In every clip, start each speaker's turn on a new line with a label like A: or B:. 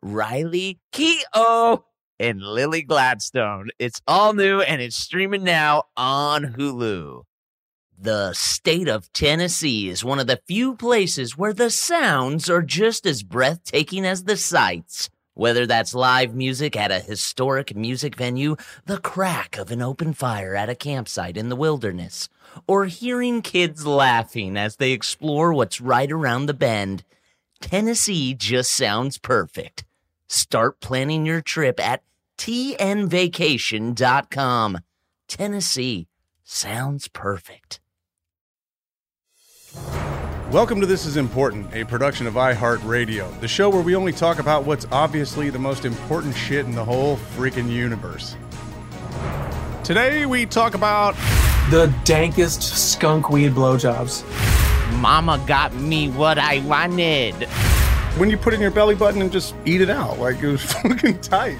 A: Riley Keough and Lily Gladstone. It's all new and it's streaming now on Hulu. The state of Tennessee is one of the few places where the sounds are just as breathtaking as the sights. Whether that's live music at a historic music venue, the crack of an open fire at a campsite in the wilderness, or hearing kids laughing as they explore what's right around the bend, Tennessee just sounds perfect. Start planning your trip at tnvacation.com. Tennessee sounds perfect.
B: Welcome to This Is Important, a production of iHeartRadio, the show where we only talk about what's obviously the most important shit in the whole freaking universe. Today we talk about
C: The dankest skunk weed blowjobs.
A: Mama got me what I wanted.
B: when you put it in your belly button and just eat it out. Like it was fucking tight.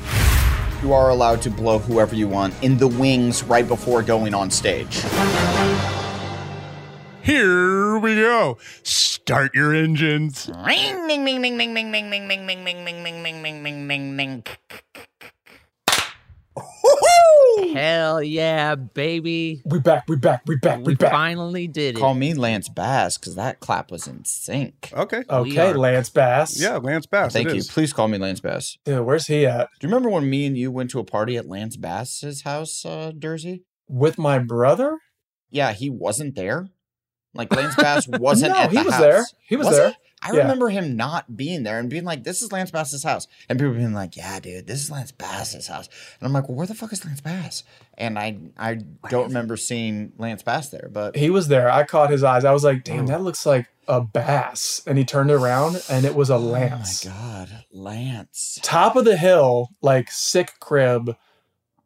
D: You are allowed to blow whoever you want in the wings right before going on stage.
B: Here we go. Start your engines.
E: Ring, ding, ding, ding, ding, ding, ding, ding, ding, ding, ding, ding, ding, ding, ding, ding, ding, ding.
A: Hell yeah, baby.
C: We back, we back, we back, we,
A: We
C: back.
A: finally did it.
D: Call me Lance Bass because that clap was in sync.
C: Oh,
B: Okay.
A: We
C: Okay,
A: are-
C: Lance Bass.
B: Yeah, Lance Bass.
D: Thank
B: it
D: you.
B: is.
D: Please call me Lance Bass.
C: Dude, where's he at?
D: Do you remember when me and you went to a party at Lance Bass's house, uh, Dersey?
C: With my brother?
D: Yeah, he wasn't there. Like Lance Bass wasn't
C: no,
D: at the
C: he was
D: house.
C: there. He was,
D: Was
C: there.
D: I
C: Yeah.
D: remember him not being there and being like, "This is Lance Bass's house," and people being like, "Yeah, dude, this is Lance Bass's house," and I'm like, "Well, where the fuck is Lance Bass?" And I I don't remember seeing Lance Bass there, but
C: He was there. I caught his eyes. I was like, damn, that looks like a bass. And he turned around and it was a lance.
D: Oh my god, Lance!
C: Top of the hill, like sick crib.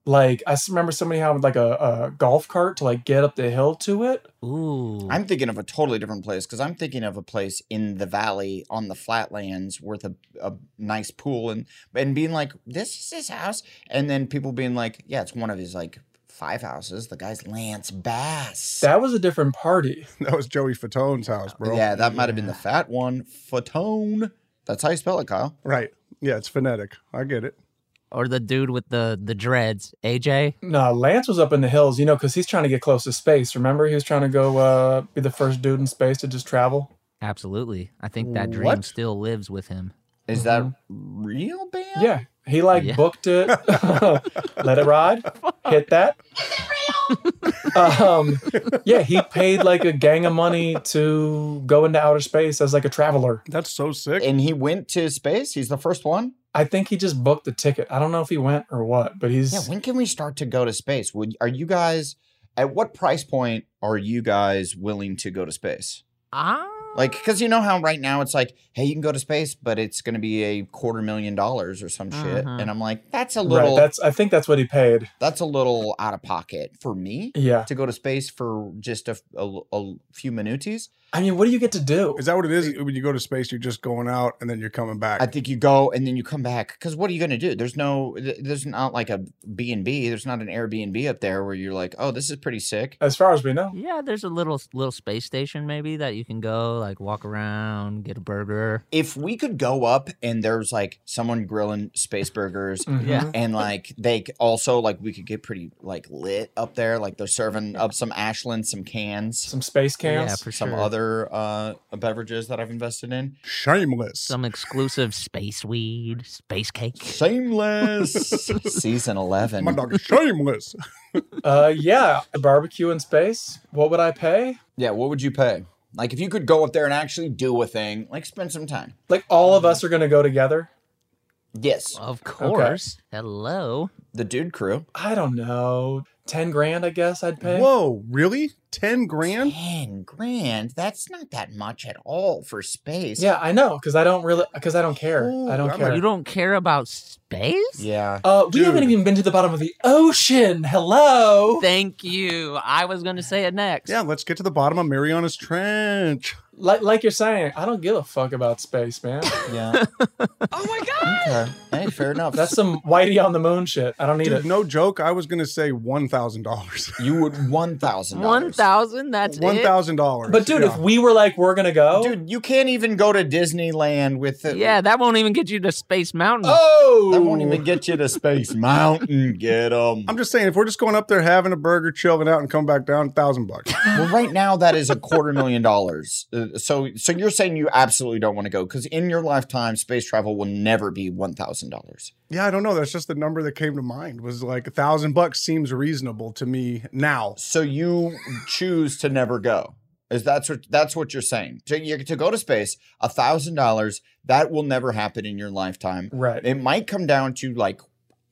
C: Like I s- remember somebody having like a, a golf cart to like get up the hill to it.
A: Ooh.
D: I'm thinking of a totally different place because I'm thinking of a place in the valley on the flatlands with a, a nice pool and and being like, "This is his house," and then people being like, "Yeah, it's one of his like five houses." The guy's Lance Bass.
C: That was a different party.
B: That was Joey Fatone's house, bro.
D: Yeah, that might have been the fat one. Fatone. That's how you spell it, Kyle.
B: Right. Yeah, it's phonetic. I get it.
F: or the dude with the the dreads, AJ.
C: No, Lance was up in the hills, you know, because he's trying to get close to space. Remember, he was trying to go uh, be the first dude in space to just travel.
F: Absolutely, I think that dream
D: What?
F: still lives with him.
D: Is that real, band?
C: Mm-hmm. Yeah, he like
F: Yeah.
C: booked it, let it ride, hit that. um, yeah, he paid like a gang of money to go into outer space as like a traveler.
B: That's so sick.
D: And he went to space. He's the first one.
C: I think he just booked the ticket. I don't know if he went or what, but he's
D: Yeah. When can we start to go to space? Would are you guys? At what price point are you guys willing to go to space?
F: Ah,
D: Like, because you know how right now it's like, hey, you can go to space, but it's going to be a quarter million dollars or some shit.
G: Mhm.
D: And I'm like, that's a
C: Mm-hmm. Right.
D: little, that's-,
C: That's I think that's what he paid.
D: a little out of pocket for me
C: Yeah.
D: to go to space for just a, f- a l- a l- few minutes.
C: I mean, what do you get to do?
B: Is that what it is? When you go to space, you're just going out and then you're coming back.
D: I think you go and then you come back because what are you going to do? There's no, th- there's not like a B and B. There's not an Airbnb up there where you're like, oh, this is pretty sick.
C: As far as we know.
A: Yeah, there's a little little space station maybe that you can go like walk around, get a burger.
D: If we could go up and there's like someone grilling space burgers
C: Mhm.
A: Yeah.
D: and like they c- also like we could get pretty like lit up there. Like they're serving up some Ashland, some cans,
C: Some space
A: Yeah,
C: cans.
A: for
D: some
A: sure.
D: other uh beverages that I've invested in.
B: Shameless.
A: Some exclusive space weed, space cake.
D: Shameless season eleven.
B: My dog is shameless.
C: uh, yeah. A barbecue in space. What would I pay?
D: Yeah, what would you pay? Like if you could go up there and actually do a thing, like spend some time.
C: Like all of us are gonna go together.
D: Yes,
A: Of course. Hello.
D: the dude crew.
C: I don't know. Ten grand, I guess I'd pay.
B: Whoa, really? Ten grand?
D: Ten grand. That's not that much at all for space.
C: Yeah, I know, because I don't really, because I don't care.
B: Oh,
C: I don't
B: I'm
C: care.
A: You don't care about space?
D: Yeah.
C: uh, we haven't
B: Dude.
C: even been to the bottom of the ocean. Hello.
A: Thank you. I was going to say it next.
B: Yeah, let's get to the bottom of Mariana's Trench.
C: Like, like you're saying, I don't give a fuck about space, man.
D: Yeah.
E: Oh my god!
D: Okay. Hey, fair enough.
C: That's some whitey on the moon shit. I don't need
B: Dude,
C: it.
B: no joke. I was gonna say one thousand dollars.
D: you would one thousand.
A: One thousand. That's
B: One
A: it?
B: thousand dollars.
C: But dude, if we were like, we're gonna go,
D: Dude, you can't even go to Disneyland with it.
A: Yeah, that won't even get you to Space Mountain.
C: Oh,
D: That won't even get you to Space Mountain. Get them.
B: I'm just saying, if we're just going up there having a burger, chilling out, and come back down, thousand bucks.
D: Well, right now that is a quarter million dollars. Uh, so, so you're saying you absolutely don't want to go because in your lifetime, space travel will never be one thousand dollars.
B: Yeah, I don't know. That's just the number that came to mind. Was like a thousand bucks seems reasonable to me now.
D: So you choose to never go. Is that's what that's what you're saying? To, you, to go to space, a thousand dollars that will never happen in your lifetime.
C: right.
D: It might come down to like,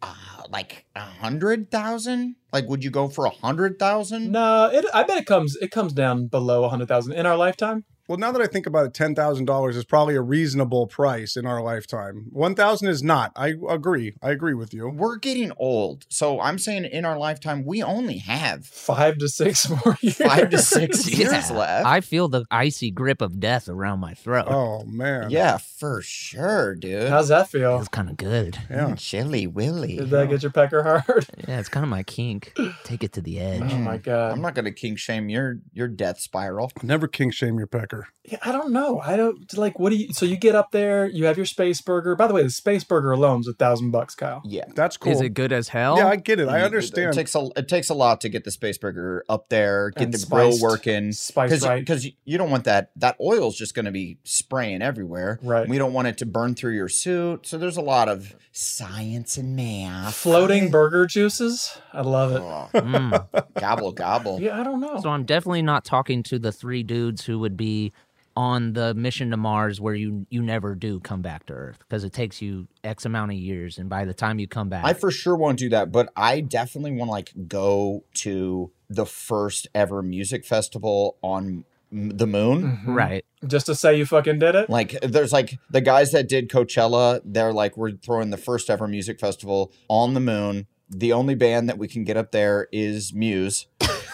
D: uh, like a hundred thousand. Like, would you go for a hundred thousand?
C: No, it. I bet it comes. It comes down below a hundred thousand in our lifetime.
B: Well, now that I think about it, ten thousand dollars is probably a reasonable price in our lifetime. One thousand is not. I agree. I agree with you.
D: We're getting old, so I'm saying in our lifetime we only have
C: Five to six more years.
D: five to six
A: Yeah.
D: years left.
A: I feel the icy grip of death around my throat.
B: Oh man.
D: Yeah, for sure, dude. Mm,
C: How's that feel?
A: It's kind of good.
B: Yeah.
D: Chilly Willy.
C: Did that get your pecker hard?
A: Yeah, it's kind of my kink. Take it to the edge.
C: Oh my
D: I'm
C: god.
D: not gonna king shame your your death spiral.
B: Never king shame your pecker.
C: Yeah, I don't know. I don't like. What do you? So you get up there, you have your space burger. By the way, the space burger alone's a thousand bucks, Kyle.
D: Yeah.
B: That's Oh, cool.
A: Is it good as hell?
B: Yeah, I get it.
D: It-
B: I
D: it-
B: understand.
D: It, takes a it takes a lot to get the space burger up there, get
C: And
D: the grill
C: spiced.
D: working,
C: Spice right.
D: because you don't want that that oil's just going to be spraying everywhere.
C: Right.
D: We don't want it to burn through your suit. So there's a lot of science and math.
C: Floating burger juices. I love it.
D: Oh,
A: Mm.
D: gobble gobble.
C: Yeah, I don't know.
A: So I'm definitely not talking to the three dudes who would be on the mission to Mars where you you never do come back to Earth because it takes you X amount of years, and by the time you come back,
D: I for sure won't do that, but I definitely want to like go to the first ever music festival on m- the moon.
B: Mm-hmm.
C: Mhm.
A: right?
C: Just to say you fucking did it.
D: Like there's like the guys that did Coachella, they're like we're throwing the first ever music festival on the moon. The only band that we can get up there is Muse.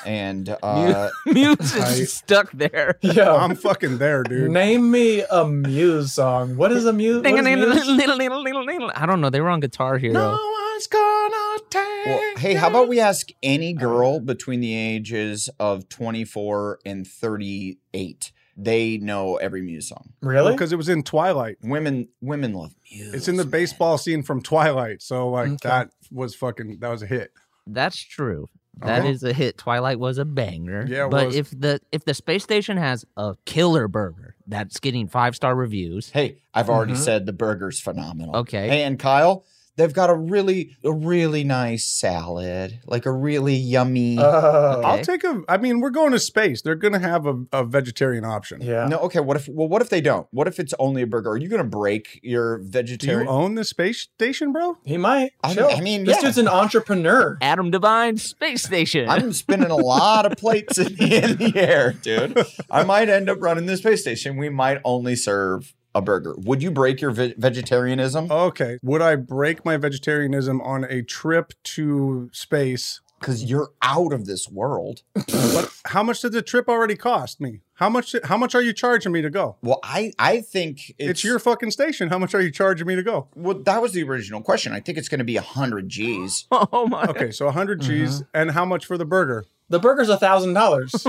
D: And uh
A: Muse is
B: I-
A: stuck there.
C: Yeah.
B: I'm fucking there, dude.
C: Name me a Muse song. What is a Muse? What is Muse?
A: I don't know. They were on Guitar Hero.
B: one's gonna take.
D: well, hey, how about we ask any girl between the ages of 24 and 38? They know every Muse song.
C: Really?
B: Because it was in Twilight.
D: Women women love Muse.
B: It's in the
D: man.
B: baseball scene from Twilight. So like
C: Okay.
B: that was fucking that was a hit.
A: That's true. That
B: Okay.
A: is a hit. Twilight was a banger.
B: Yeah, it
A: but
B: was.
A: if the if the space station has a killer burger that's getting five star reviews,
D: Hey, I've already
C: Mhm.
D: said the burger's phenomenal.
A: Okay.
D: Hey, and Kyle, They've got a really, a really nice salad, like a really yummy.
B: Uh-huh.
C: Oh.
B: I'll take a. I mean, we're going to space. They're going to have a, a vegetarian option.
C: Yeah.
D: No, okay. What if? Well, what if they don't? What if it's only a burger? Are you gonna break your
B: Do you
D: vegetarian?
B: own the space station, bro?
C: He might.
D: I,
C: Chill.
D: I mean,
C: this
D: yeah.
C: dude's an entrepreneur.
A: Adam Divine Space Station.
D: I'm spinning a lot of plates in the, in the air, dude. I might end up running the space station. We might only serve a burger. Would you break your ve- vegetarianism?
B: Okay. Would I break my vegetarianism on a trip to space?
D: Because you're out of this world.
B: But how much did the trip already cost me? How much? How much are you charging me to go?
D: Well, I I think it's,
B: It's, your fucking station. How much are you charging me to go?
D: Well, that was the original question. I think it's going to be hundred G's.
A: oh my.
B: Okay, so 100 G's and how much for the burger?
C: The burger's a thousand dollars.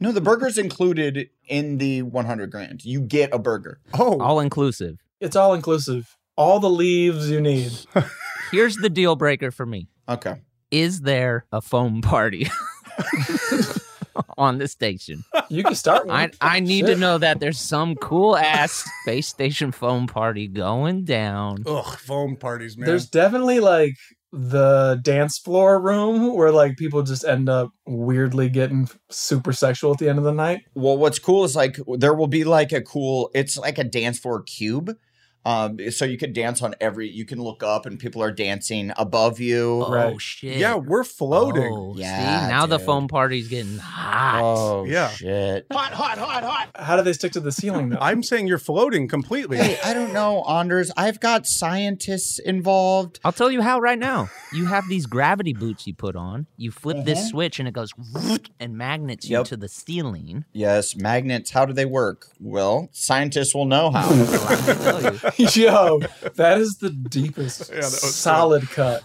D: No, the burger's included in the one hundred grand. You get a burger.
B: Oh,
A: All inclusive.
C: It's all inclusive. All the leaves you need.
A: Here's the deal breaker for me.
D: Okay.
A: Is there a foam party on the station?
C: You can start one.
A: I, I need to
C: Shit.
A: know that there's some cool ass space station foam party going down.
B: ugh, foam parties, man.
C: There's definitely like the dance floor room where like people just end up weirdly getting super sexual at the end of the night.
D: Well, what's cool is like there will be like a cool. It's like a dance floor cube. Um, so you could dance on every. You can look up and people are dancing above you.
A: Oh
C: Right.
A: shit.
B: yeah, we're floating.
A: Oh, see?
D: Yeah,
A: now the
D: dude.
A: foam party's getting hot.
D: Oh
B: Yeah.
D: shit!
C: How do they stick to the ceiling though?
B: I'm saying you're floating completely.
D: Hey, I don't know, Anders. I've got scientists involved.
A: I'll tell you how right now. You have these gravity boots you put on. You flip this switch and it goes and magnets you
D: Yep.
A: to the ceiling.
D: Yes, magnets. How do they work? Well, scientists will know how. Oh,
C: Yo, that is the deepest
B: that was
C: solid cut.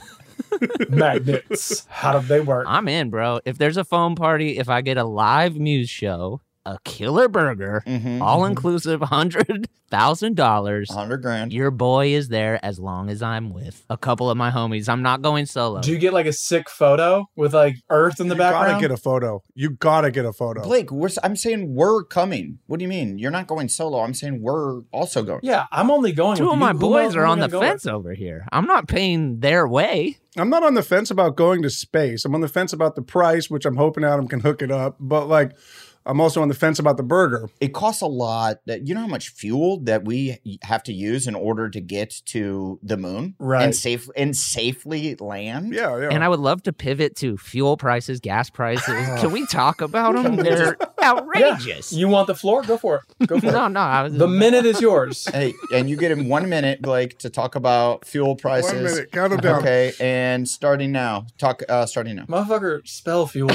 C: Magnets. How do they work?
A: I'm in, bro. If there's a foam party, if I get a live muse show, a killer burger,
D: Mhm.
C: Mm-hmm.
A: all inclusive, hundred thousand dollars.
D: Hundred grand.
A: Your boy is there as long as I'm with a couple of my homies. I'm not going solo.
C: Do you get like a sick photo with like Earth in the
B: you
C: background?
B: gotta get a photo. You gotta get a photo.
D: Blake, we're, s- I'm saying we're coming. What do you mean? You're not going solo. I'm saying we're also going.
C: yeah, I'm only going.
A: Two
C: with
A: of
C: you.
A: my
C: Who
A: boys
C: else
A: are
C: am I
A: on the
C: gonna go with?
A: fence over here. I'm not paying their way.
B: I'm not on the fence about going to space. I'm on the fence about the price, which I'm hoping Adam can hook it up. But like, I'm also on the fence about the burger.
D: It costs a lot. That you know how much fuel that we have to use in order to get to the moon,
C: Right.
D: And safe and safely land.
B: Yeah, yeah.
A: And I would love to pivot to fuel prices, gas prices. Can we talk about them? They're outrageous.
C: You want the floor? Go for it. Go for
A: No,
C: it.
A: no. I was,
C: The minute is yours.
D: Hey, and you get in one minute, Blake, to talk about fuel prices.
B: One minute, count them down.
D: Okay, and starting now. Talk. Uh, starting now.
C: Motherfucker, spell fuel.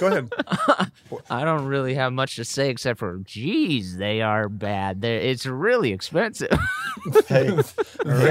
B: Go ahead.
A: I don't really have much to say except for, geez, they are bad. They're, it's really expensive.
D: Hey,
B: right,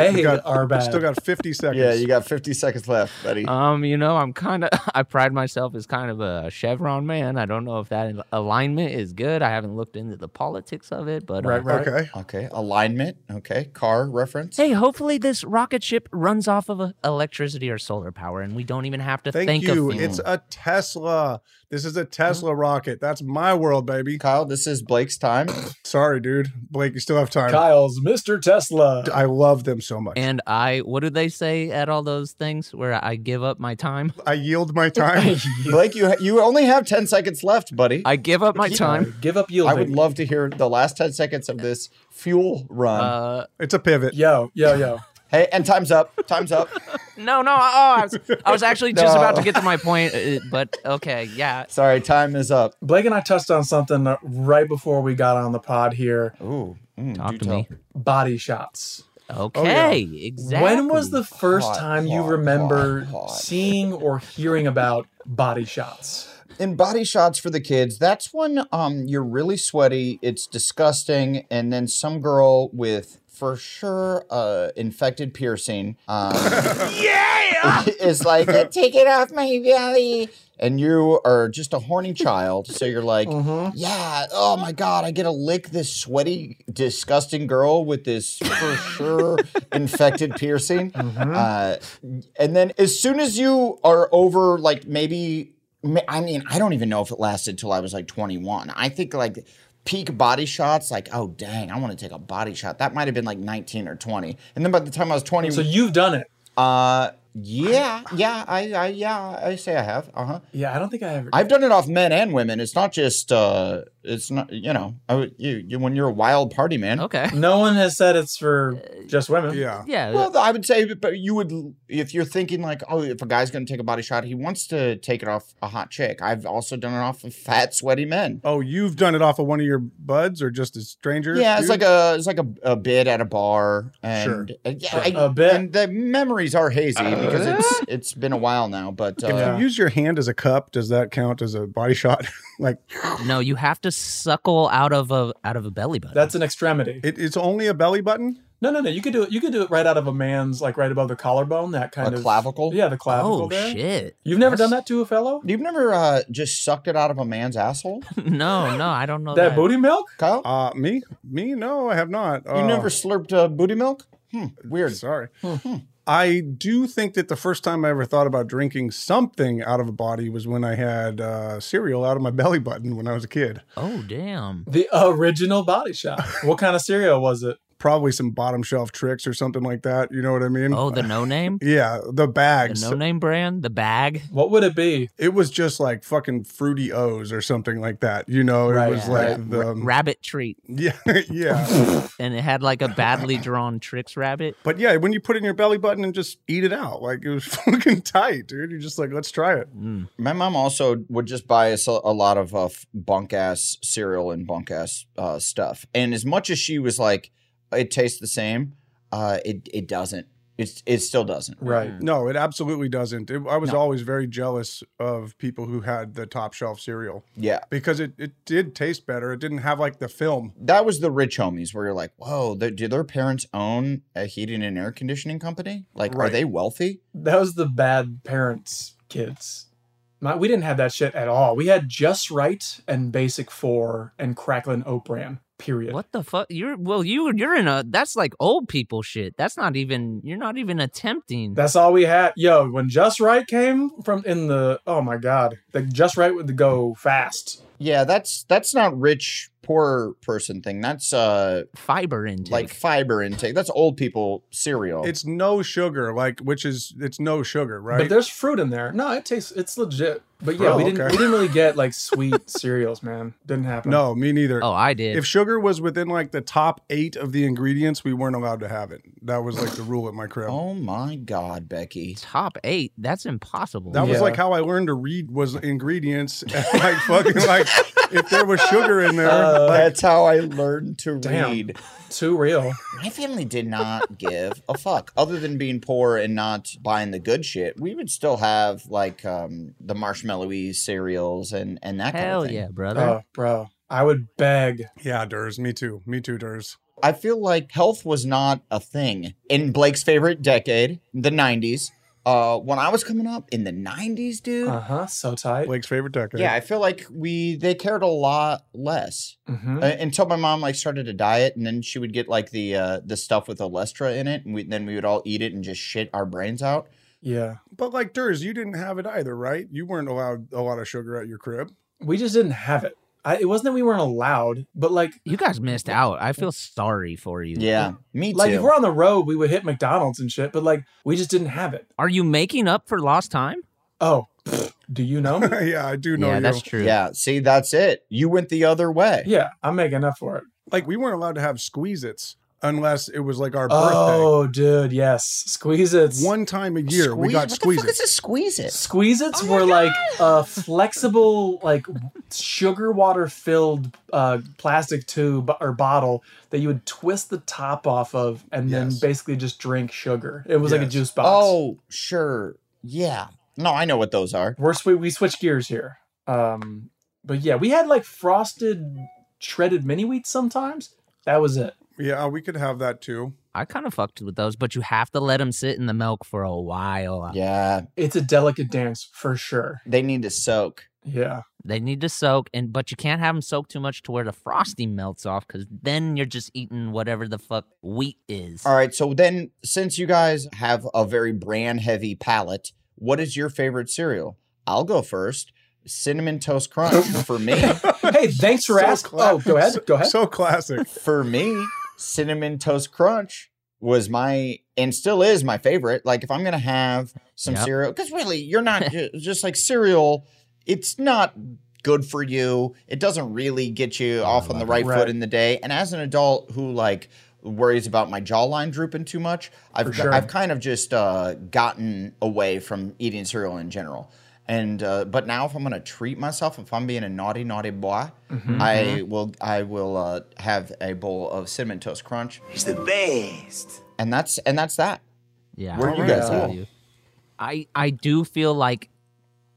B: we
C: They
B: got-
C: are bad.
B: Still got 50 seconds.
D: yeah, you got 50 seconds left, buddy.
A: Um, you know, I'm kind of. I pride myself as kind of a Chevron man. I don't know if that alignment is good. I haven't looked into the politics of it, but uh,
C: right, right.
B: okay.
D: okay, alignment. Okay, car reference.
A: hey, hopefully this rocket ship runs off of uh, electricity or solar power, and we don't even have to
B: Thank
A: think
B: you.
A: of fuel.
B: It's a Tesla. This is a Tesla rocket. That's my world, baby.
D: Kyle, this is Blake's time.
B: Sorry, dude. Blake, you still have time.
C: Kyle's Mr. Tesla.
B: I love them so much.
A: and I, what do they say at all those things where I give up my time?
B: I yield my time.
D: Blake, you ha- you only have 10 seconds left, buddy.
A: I give up my time.
C: Give up yielding.
D: I would love to hear the last 10 seconds of this fuel run.
A: Uh,
B: it's a pivot.
C: Yo, yo, yo.
D: hey, and time's up. Time's up.
A: no, no. Oh, I was, I was actually just
D: No.
A: about to get to my point, uh, but okay, yeah.
D: Sorry, time is up.
C: Blake and I touched on something uh, right before we got on the pod here.
D: Ooh. mm,
A: Talk
D: do
A: to
D: tell.
A: me.
C: Body shots.
A: Okay, exactly.
C: Oh, When was the first
D: Hot,
C: time you
D: hot,
C: remember
D: hot, hot.
C: seeing or hearing about body shots?
D: In body shots for the kids, that's when um you're really sweaty, it's disgusting, and then some girl with for sure uh infected piercing um yeah! is like "Uh, take it off my belly and you are just a horny child so you're like yeah oh my god i get to lick this sweaty disgusting girl with this for sure infected piercing uh, and then as soon as you are over like maybe ma- i mean i don't even know if it lasted till i was like 21 i think like peak body shots, like, oh dang, I want to take a body shot. That might have been like 19 or 20. And then by the time I was 20,
C: So you've done it.
D: uh, yeah, yeah, I, I, yeah, I say I have. Uh huh.
C: Yeah, I don't think I ever.
D: I've done it off men and women. It's not just, uh, it's not, you know, I, would- you, you when you're a wild party man.
A: Okay.
C: no one has said it's for
D: Uh,
C: just women.
B: Yeah.
A: Yeah.
D: Well, I would say, but you would, if you're thinking like, oh, if a guy's going to take a body shot, he wants to take it off a hot chick. I've also done it off of fat, sweaty men.
B: Oh, you've done it off of one of your buds or just a stranger?
D: Yeah, it's
B: dude?
D: like a it's like a, a bid at a bar, and
B: Sure.
D: uh, yeah, I,
C: A bit. Uh,
D: and the memories are hazy because it's it's been a while now. But
B: If
D: uh,
B: you use your hand as a cup, does that count as a body shot? like
A: no, you have to suckle out of a out of a belly button.
C: That's an extremity.
B: it, it's only a belly button?
C: No, no, no. You could do it. You could do it right out of a man's, like right above the collarbone, that kind
D: A
C: of
D: clavicle?
C: Yeah, the clavicle.
A: oh
C: there.
A: shit.
C: You've never
A: That's-
C: done that to a fellow?
D: you've never uh, just sucked it out of a man's asshole,
A: No, no, I don't know that.
C: That booty milk?
D: Kyle?
B: Uh me? Me? No, I have not.
D: you
B: Uh,
D: never slurped uh, booty milk? Hmm, weird. Hmm.
B: Sorry. Hmm. I do think that the first time I ever thought about drinking something out of a body was when I had uh, cereal out of my belly button when I was a kid.
A: Oh damn.
C: The original body shot. what kind of cereal was it?
B: Probably some bottom shelf tricks or something like that. You know what I mean?
A: Oh, the no name.
B: yeah, the
A: The
B: bags.
A: no name brand. The bag.
C: What would it be?
B: it was just like fucking fruity O's or something like that. You know, it
C: Right,
B: was
C: right.
B: like the um,
A: Rabbit treat.
B: yeah, yeah.
A: And it had like a badly drawn tricks rabbit.
B: But yeah, when you put it in your belly button and just eat it out, like it was fucking tight, dude. You're just like, let's try it.
C: Mm.
D: My mom also would just buy us a, a lot of uh, bunk ass cereal and bunk ass uh, stuff. And as much as she was like, it tastes the same, uh, it it doesn't. It's it still doesn't.
C: Right.
B: No, it absolutely doesn't. It, I was always very jealous of people who had the top shelf cereal
D: Yeah.
B: because it, it did taste better. It didn't have like the film.
D: that was the rich homies where you're like, whoa, th- do their parents own a heating and air conditioning company? Like, are
B: Right.
D: they wealthy?
C: That was the bad parents' kids. My, we didn't have that shit at all. We had just right and basic four and cracklin oat bran. Period.
A: What the fuck? You're well. You you're in a. That's like old people shit. That's not even. You're not even attempting.
C: That's all we had. Yo, when Just Right came from in the oh my god, the Just Right would go fast.
D: Yeah, that's that's not rich poor person thing. That's uh
A: fiber intake.
D: like fiber intake. That's old people cereal.
B: It's no sugar, like which is it's no sugar,
C: Oh. But
B: right?
C: there's fruit in there. No, it tastes it's legit. But yeah,
B: Oh,
C: we didn't
B: okay.
C: we didn't really get like sweet cereals, man. Didn't happen.
B: no, me neither.
A: oh, I did.
B: If sugar was within like the top eight of the ingredients, we weren't allowed to have it. That was like the rule at my crib.
D: oh my god, Becky.
A: Top eight. That's impossible.
B: That was
C: Yeah.
B: like how I learned to read was ingredients. like fucking like if there was sugar in there,
C: Uh,
B: like,
D: That's how I learned to
C: Damn.
D: read.
C: Too real.
D: My family did not give a fuck. Other than being poor and not buying the good shit, we would still have like um the marshmallowy cereals and and that kind of
A: Hell
D: thing. Uh,
A: yeah, brother.
C: Oh, bro. I would beg.
B: yeah, Durs, me too, me too, Durs.
D: I feel like health was not a thing in Blake's favorite decade, the 90s. Uh, when I was coming up in the 90s, dude.
C: Uh-huh. So tight.
B: Blake's favorite decade.
D: yeah, I feel like we they cared a lot less
C: hmm
D: Uh, until my mom like started a diet, and then she would get like the uh, the stuff with Olestra in it, and we, then we would all eat it and just shit our brains out.
C: Yeah.
B: But like Durs, you didn't have it either, right? You weren't allowed a lot of sugar at your crib.
C: We just didn't have it. I, it wasn't that we weren't allowed, but like
A: You guys missed out. I feel sorry for you.
D: Yeah, me too.
C: like if we're on the road, we would hit McDonald's and shit, but like we just didn't have it.
A: Are you making up for lost time?
C: Oh, do you know? me?
B: yeah, I do know
A: yeah,
B: you.
A: that's true.
D: yeah, see, that's it. You went the other way.
C: yeah, I'm making up for it.
B: Like we weren't allowed to have squeeze-its unless it was like our birthday.
C: Oh, dude, yes. Squeeze it.
B: One time a year we got
D: What the fuck is
B: squeeze-its.
D: a squeeze it?
C: Squeeze its were like a flexible, like sugar water filled uh, plastic tube or bottle that you would twist the top off of and
B: Yes.
C: then basically just drink sugar. It was like a
B: Yes.
C: juice box.
D: Oh, sure. Yeah. No, I know what those are.
C: we're swi we switched gears here. Um, but yeah, we had like frosted shredded mini wheats sometimes. That was it.
B: Yeah, we could have that too.
A: I kind of fucked with those, but you have to let them sit in the milk for a while.
D: Yeah,
C: It's a delicate dance for sure.
D: they need to soak.
C: Yeah.
A: They need to soak, and but you can't have them soak too much to where the frosting melts off, because then you're just eating whatever the fuck wheat is.
D: All right, so then since you guys have a very bran heavy palate, what is your favorite cereal? I'll go first. cinnamon toast crunch for me.
C: Hey, thanks for asking. Oh, go ahead. Go ahead.
B: So classic.
D: for me, cinnamon toast crunch was my and still is my favorite. Like if I'm gonna have some
A: Yep.
D: cereal, because really you're not ju- just like cereal. It's not good for you. It doesn't really get you off on the right,
C: Right.
D: foot in the day. And as an adult who like worries about my jawline drooping too much, I've
C: For sure.
D: I've kind of just uh, gotten away from eating cereal in general. And uh, but now if I'm gonna treat myself, if I'm being a naughty naughty boy,
A: Mm-hmm,
D: I will I will uh, have a bowl of cinnamon toast crunch. He's the best. And that's and that's that.
A: Yeah.
D: Where
A: I
D: you
A: agree
D: guys at?
A: with you. I I do feel like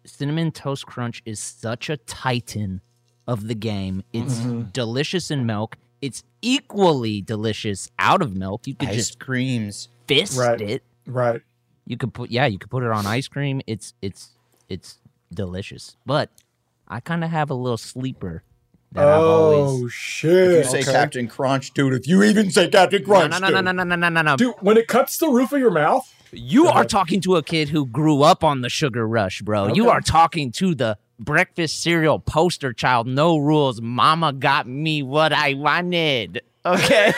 A: cinnamon toast crunch is such a titan of the game. It's
B: Mm-hmm.
A: delicious in milk. It's equally delicious out of milk. You could
D: Ice
A: just
D: creams.
A: fist
C: Right.
A: it.
C: Right.
A: You could put yeah, you could put it on ice cream. It's it's it's delicious. But I kind of have a little sleeper that I've always
C: Oh
D: If you
C: shit.
D: say Captain Crunch, dude, if you even say Captain Crunch,
A: no, no, no,
D: dude.
A: no, no, no, no, no.
C: Dude, when it cuts the roof of your mouth,
A: You are talking to a kid who grew up on the sugar rush, bro. You are talking to the breakfast cereal poster child, no rules. Mama got me what I wanted. Okay.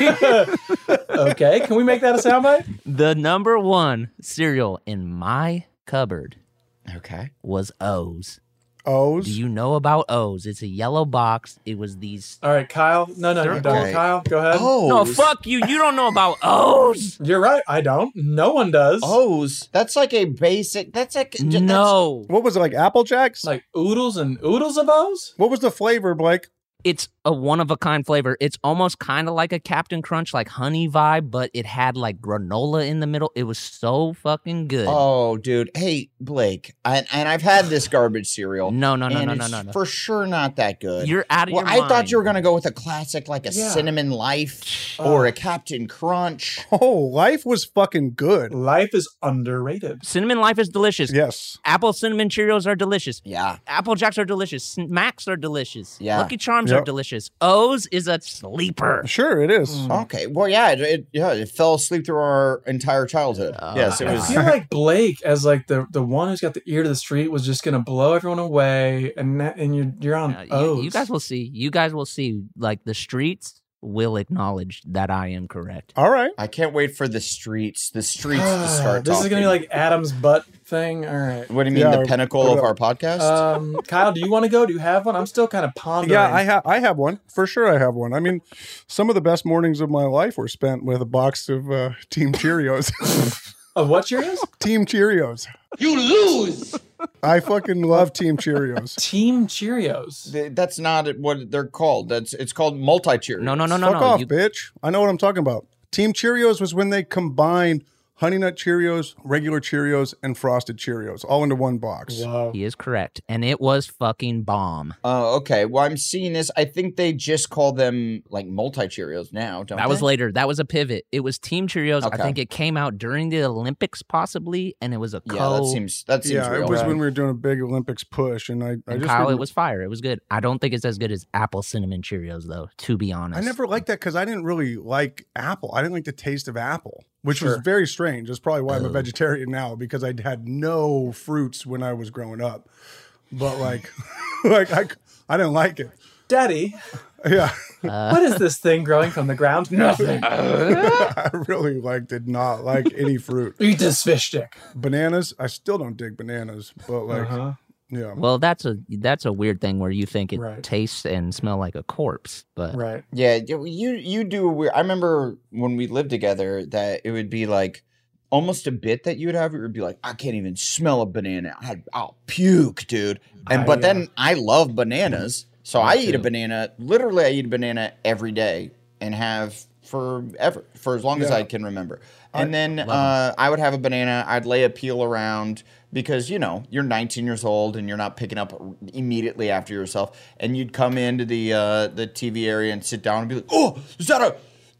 C: okay, can we make that a soundbite?
A: the number one cereal in my cupboard
D: Okay.
A: was O's. Do
B: O's.
A: you know about O's? It's a yellow box. It was these.
C: All right, Kyle. No, no, you're done.
D: Okay. Oh.
C: Kyle, go ahead.
A: No,
D: O's.
A: fuck you. You don't know about O's.
C: You're right. I don't. No one does.
D: Oh. O's. That's like a basic. That's like j- that's-
A: No.
B: What was it like? Apple Jacks.
C: Like oodles and oodles of O's?
B: what was the flavor, Blake?
A: it's a one of a kind flavor. It's almost kind of like a Captain Crunch, like honey vibe, but it had like granola in the middle. It was so fucking good.
D: Oh, dude. Hey, Blake. And and I've had this garbage cereal.
A: no, no, no,
D: and
A: no, no,
D: it's
A: no, no.
D: For sure, not that good.
A: You're out of
D: well,
A: your
D: I
A: mind.
D: thought you were gonna go with a classic like a
C: Yeah.
D: Cinnamon Life
C: Oh.
D: or a Captain Crunch.
B: Oh, life was fucking good.
C: Life is underrated.
A: Cinnamon Life is delicious.
B: Yes.
A: Apple cinnamon Cheerios are delicious.
D: Yeah.
A: Apple Jacks are delicious. Smacks are delicious.
D: Yeah.
A: Lucky Charms
B: Yep.
A: are delicious. O's is a sleeper.
B: Sure, it is.
A: Mm.
D: Okay. Well, yeah, it, it yeah, it fell asleep through our entire childhood.
A: Oh,
D: yes, it
C: I
D: was.
C: feel like Blake, as like the the one who's got the ear to the street, was just gonna blow everyone away, and that, and you're you're on
A: Uh,
C: O's.
A: you, you guys will see. You guys will see. Like the streets will acknowledge that I am correct.
B: All right.
D: I can't wait for the streets. The streets to start.
C: this is gonna be
D: talking.
C: like Adam's butt thing. All right.
D: What do you mean
B: Yeah,
D: the
B: or-
D: pinnacle
B: or
D: of
B: the-
D: our podcast?
C: Um, Kyle, do you want to go? Do you have one? I'm still kind of pondering.
B: Yeah, I have. I have one for sure. I have one. I mean, some of the best mornings of my life were spent with a box of uh, Team Cheerios.
C: of what Cheerios?
B: Team Cheerios. You lose. I fucking love Team Cheerios.
C: Team Cheerios.
D: Th- that's not what they're called. That's it's called multi cheer.
A: No, no, no, no,
B: Fuck
A: no.
B: off,
A: You-
B: bitch. I know what I'm talking about. Team Cheerios was when they combined Honey Nut Cheerios, regular Cheerios, and Frosted Cheerios all into one box.
C: Wow.
A: he is correct, and it was fucking bomb.
D: Oh, okay. Well, I'm seeing this. I think they just call them like multi Cheerios now. Don't
A: That was
D: they?
A: later. That was a pivot. It was Team Cheerios.
D: Okay.
A: I think it came out during the Olympics, possibly, and it was a co.
D: Yeah, that seems that seems
B: Yeah,
D: real.
B: it was
C: right.
B: when we were doing a big Olympics push, and I, I
A: and
B: just
A: Kyle, it
B: remember-
A: was fire. It was good. I don't think it's as good as apple cinnamon Cheerios, though. To be honest,
B: I never liked that because I didn't really like apple. I didn't like the taste of apple, which was
C: Sure.
B: very strange. That's probably why I'm a
A: Oh.
B: vegetarian now because I had no fruits when I was growing up. But like, like I, c- I didn't like it.
C: Daddy,
B: Yeah,
C: what is this thing growing from the ground? Nothing.
B: I really like did not like any fruit.
C: Eat this fish stick.
B: Bananas, I still don't dig bananas, but like,
C: Uh-huh.
B: yeah,
A: Well, that's a that's a weird thing where you think it
C: Right.
A: tastes and smell like a corpse, but
C: Right.
D: Yeah, you you you do a weird. I remember when we lived together that it would be like almost a bit that you would have. It would be like, I can't even smell a banana. I, I'll puke, dude. And
C: I,
D: but
C: uh,
D: then I love bananas, so I eat a
A: too.
D: banana. Literally, I eat a banana every day and have forever for as long as
B: Yeah.
D: I can remember. And then uh, I would have a banana. I'd lay a peel around because you know you're 19 years old and you're not picking up immediately after yourself. And you'd come into the uh, the TV area and sit down and be like, "Oh, is that a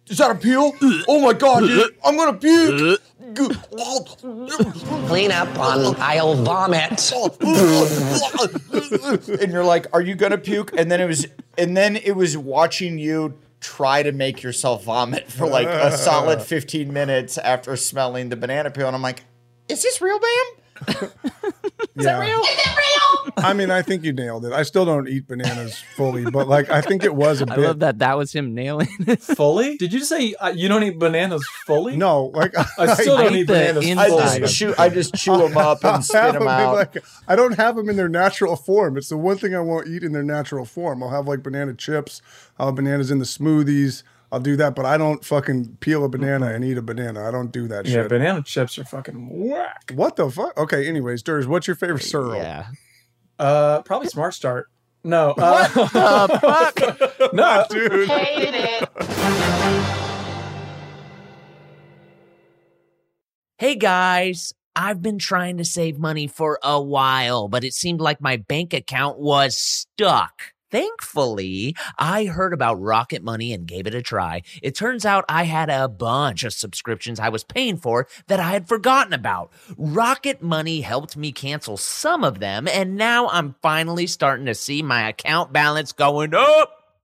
D: is that a peel? Oh my god, dude, I'm gonna puke."
H: Clean up on aisle vomit.
D: and you're like, "Are you gonna puke?" And then it was, and then it was watching you try to make yourself vomit for like a solid 15 minutes after smelling the banana peel, and I'm like, "Is this real, Bam?
B: yeah.
H: Is it real?
B: I mean, I think you nailed it. I still don't eat bananas fully, but like I think it was a
D: I
B: bit.
D: love that that was him nailing it.
C: fully? Did you just say uh, you don't eat bananas fully?
B: No, like
C: I still
D: I
C: don't
D: eat
C: eat
D: the
C: bananas
E: I
D: inside.
C: fully.
E: just chew. I just chew them up and spit
B: have
E: them
B: 'em in,
E: out.
B: like, I don't have them in their natural form. It's the one thing I won't eat in their natural form. I'll have like banana chips. I'll have bananas in the smoothies. I'll do that, but I don't fucking peel a banana and eat a banana. I don't do that
C: yeah,
B: shit.
C: banana chips are fucking whack.
B: what the fuck? Okay, anyways, Durs, what's your favorite cereal?
D: Yeah.
C: Uh, probably Smart Start. No. Uh, no.
B: Dude,
I: Hated it.
A: Hey guys, I've been trying to save money for a while, but it seemed like my bank account was stuck. Thankfully, I heard about Rocket Money and gave it a try. It turns out I had a bunch of subscriptions I was paying for that I had forgotten about. Rocket Money helped me cancel some of them, and now I'm finally starting to see my account balance going up.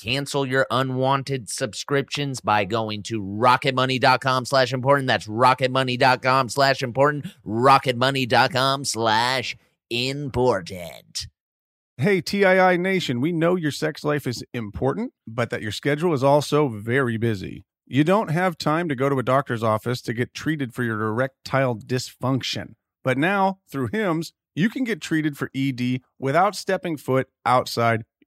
A: Cancel your unwanted subscriptions by going to rocketmoney.com slash important. That's rocketmoney.com slash important. Rocketmoney.com slash important.
B: Hey, TII Nation, we know your sex life is important, but that your schedule is also very busy. You don't have time to go to a doctor's office to get treated for your erectile dysfunction. But now, through HIMS, you can get treated for ED without stepping foot outside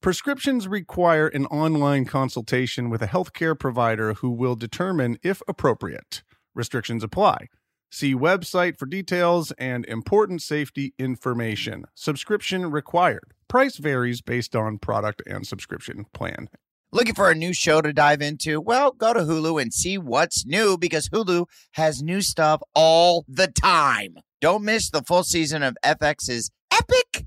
B: Prescriptions require an online consultation with a healthcare provider who will determine if appropriate. Restrictions apply. See website for details and important safety information. Subscription required. Price varies based on product and subscription plan.
E: Looking for a new show to dive into? Well, go to Hulu and see what's new because Hulu has new stuff all the time. Don't miss the full season of FX's epic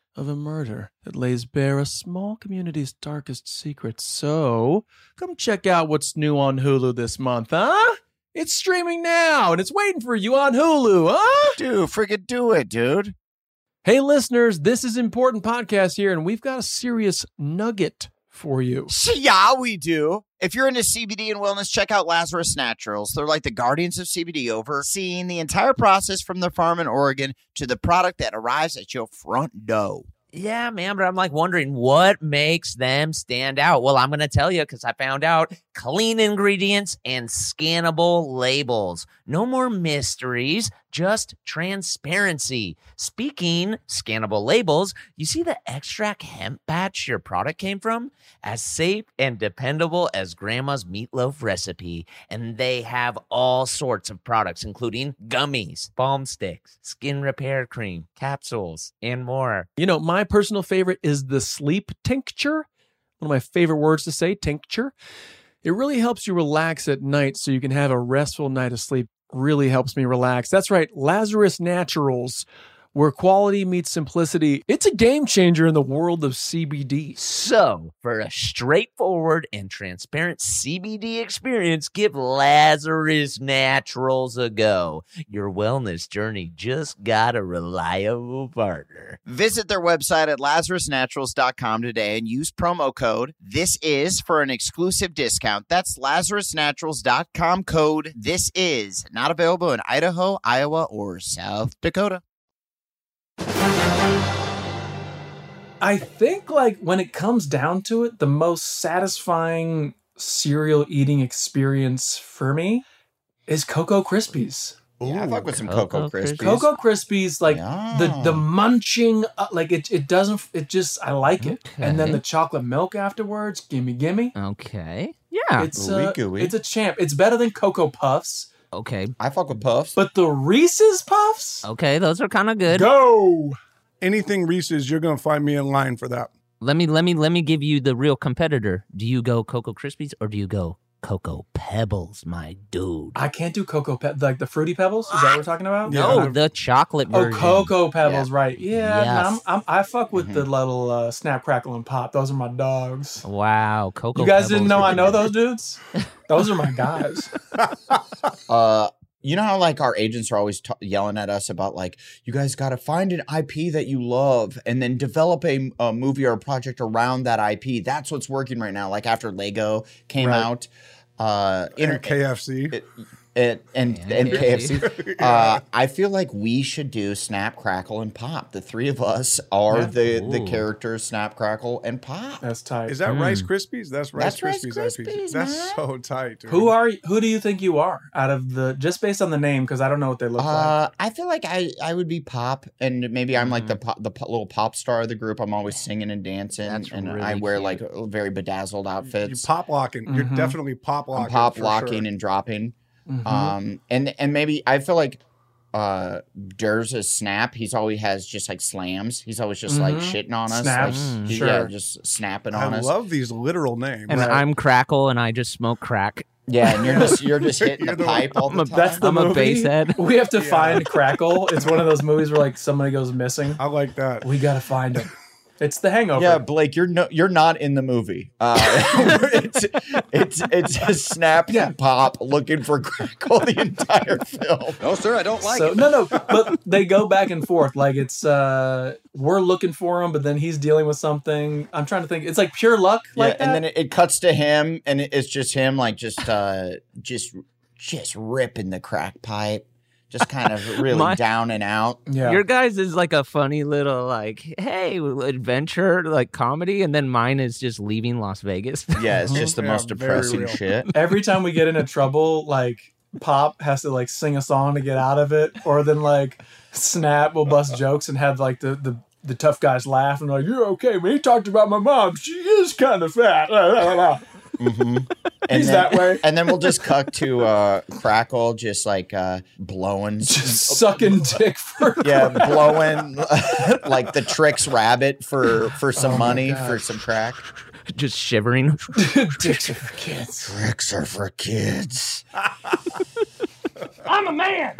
C: of a murder that lays bare a small community's darkest secrets. So, come check out what's new on Hulu this month, huh? It's streaming now and it's waiting for you on Hulu, huh?
E: Dude, freaking do it, dude.
C: Hey, listeners, this is Important Podcast here, and we've got a serious nugget for you.
D: Yeah, we do. If you're into CBD and wellness, check out Lazarus Naturals. They're like the guardians of CBD, overseeing the entire process from their farm in Oregon to the product that arrives at your front door.
G: Yeah, man, but I'm like wondering what makes them stand out. Well, I'm going to tell you because I found out clean ingredients and scannable labels. No more mysteries, just transparency. Speaking scannable labels, you see the extract hemp batch your product came from? As safe and dependable as grandma's meatloaf recipe. And they have all sorts of products, including gummies, balm sticks, skin repair cream, capsules, and more.
C: You know, my personal favorite is the sleep tincture. One of my favorite words to say, tincture. It really helps you relax at night so you can have a restful night of sleep. Really helps me relax. That's right, Lazarus Naturals, where quality meets simplicity. It's a game changer in the world of CBD.
G: So, for a straightforward and transparent CBD experience, give Lazarus Naturals a go. Your wellness journey just got a reliable partner.
D: Visit their website at lazarusnaturals.com today and use promo code This Is for an exclusive discount. That's lazarusnaturals.com code This Is. Not available in Idaho, Iowa, or South Dakota.
C: I think like when it comes down to it, the most satisfying cereal eating experience for me is Cocoa Krispies.
D: yeah, I fuck with some Cocoa
G: Cocoa Krispies.
D: Krispies.
C: Cocoa Krispies, like the the
A: Mm.
D: Yeah.
C: munching, uh, like it it doesn't it just I like it. And then
A: Okay.
C: the chocolate milk afterwards, gimme gimme.
A: Okay. Yeah.
C: It's uh,
D: Ooey gooey.
C: it's a champ. It's better than Cocoa Puffs,
A: okay.
D: I fuck with Puffs.
C: but the Reese's Puffs.
A: Okay. Those are kind of good.
C: Go.
B: Anything Reese's, you're going to find me in line for that.
A: Let me let me let me give you the real competitor. Do you go Cocoa Krispies or do you go Cocoa Pebbles, my dude?
C: I can't do Cocoa Pe- like the fruity pebbles. Is that what we're talking about?
B: Yeah.
A: No, the chocolate
C: Oh,
A: version.
C: Cocoa Pebbles, right? Yeah,
A: Yes.
C: no, I'm, I'm, I fuck with
B: Mm-hmm.
C: the little uh, snap, crackle, and pop. Those are my dogs.
A: Wow, Cocoa.
C: you guys
A: Pebbles
C: didn't know
A: were
C: I know
A: good.
C: those dudes. Those are my guys.
D: Uh, you know how like our agents are always t- yelling at us about like you guys got to find an IP that you love and then develop a, a movie or a project around that IP. That's what's working right now. Like after Lego came
C: Right.
D: out, uh,
B: In
D: inter-
B: KFC.
D: it- it- and
A: And
D: and
A: KFC.
D: KFC. Uh, I feel like we should do Snap Crackle and Pop. The three of us are
C: Yeah.
D: the the
A: Ooh.
D: characters Snap Crackle and Pop.
C: That's tight.
B: Is that
A: Mm.
B: Rice Krispies? That's Rice
D: That's Rice
B: Krispies.
D: Krispies,
B: That's
D: man.
B: so tight. Dude.
C: who are who do you think you are out of the just based on the name because I don't know what they look like.
D: Uh, I feel like I, I would be pop, and maybe I'm like the pop, the po- little pop star of the group. I'm always singing and dancing,
A: That's
D: and I
A: really
D: wear
A: cute.
D: like uh, very bedazzled
B: you
D: outfits.
B: pop locking? You're
C: Mhm.
B: definitely pop
D: I'm
B: locking.
D: pop
B: for sure.
D: locking and dropping.
A: Mm-hmm.
C: Mhm.
D: Um, and and maybe I feel like uh Durs is snap. He's always has just like slams. He's always just like
C: Mhm.
D: shitting on us.
C: Snaps,
D: like, he-
C: sure.
D: Yeah, just snapping on
B: I
D: us.
B: love these literal names.
A: And I'm Crackle, and I just smoke crack.
D: yeah, and you're just you're just hitting the
B: You're the one-
D: pipe all the time.
C: That's the
A: I'm a
C: movie.
A: basehead.
C: We have to
B: Yeah.
C: find Crackle. It's one of those movies where like somebody goes missing.
B: I like that.
C: We gotta find him. It's The Hangover.
D: Uh, Yeah, Blake, you're no, you're not in the movie. Uh, it's it's it's a snap and pop looking for crackle the entire film.
H: No, sir, I don't
C: so no no but they go back and forth like it's uh we're looking for him but then he's dealing with something i'm trying to think it's like pure luck like
D: yeah, and then it, it cuts to him, and it, it's just him, like just uh, just just ripping the crack pipe, just kind of really
A: My-
D: down and out.
C: yeah
A: Your guys is like a funny little like, hey, adventure like comedy, and then mine is just leaving Las Vegas.
D: Yeah, it's
C: Mhm.
D: just the
B: Yeah,
D: most
B: very
D: depressing
B: real.
D: shit.
C: every time we get into trouble like pop has to like sing a song to get out of it or then like snap will bust jokes and have like the the the tough guys laugh and like you're okay when he talked about my mom she is kind of fat
D: And
C: He's
D: then,
C: that way.
D: And then we'll just cut to uh, crackle just like uh, blowing
C: just sucking dick for
D: yeah, blowing like the tricks rabbit for
A: Oh
D: for some money for some crack.
A: just shivering.
C: dicks are for kids
D: Tricks are for kids. I'm a man.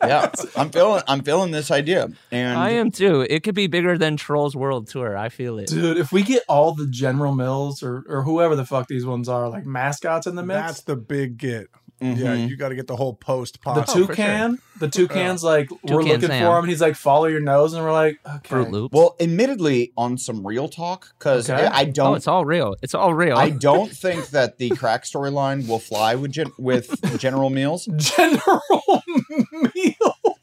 D: yeah, I'm feeling I'm feeling this idea, and
A: I am too. It could be bigger than Trolls World Tour. I feel it.
C: dude if we get all the general mills or or whoever the fuck these ones are like mascots in the mix
B: That's the big get. Yeah,
D: Mm-hmm.
B: you got to get the whole post
C: the
B: pop.
C: toucan, the toucan's like we're
A: Toucan
C: looking
A: Sam.
C: for him, and he's like, "Follow your nose," and we're like, "Okay."
A: Fruit Loops.
D: Well, admittedly, on some real talk, because
C: Okay.
D: I
A: oh,
D: don't,
A: it's all real. It's all real.
D: um, I don't think that the crack storyline will fly with gen- with General Meals.
C: General Meals.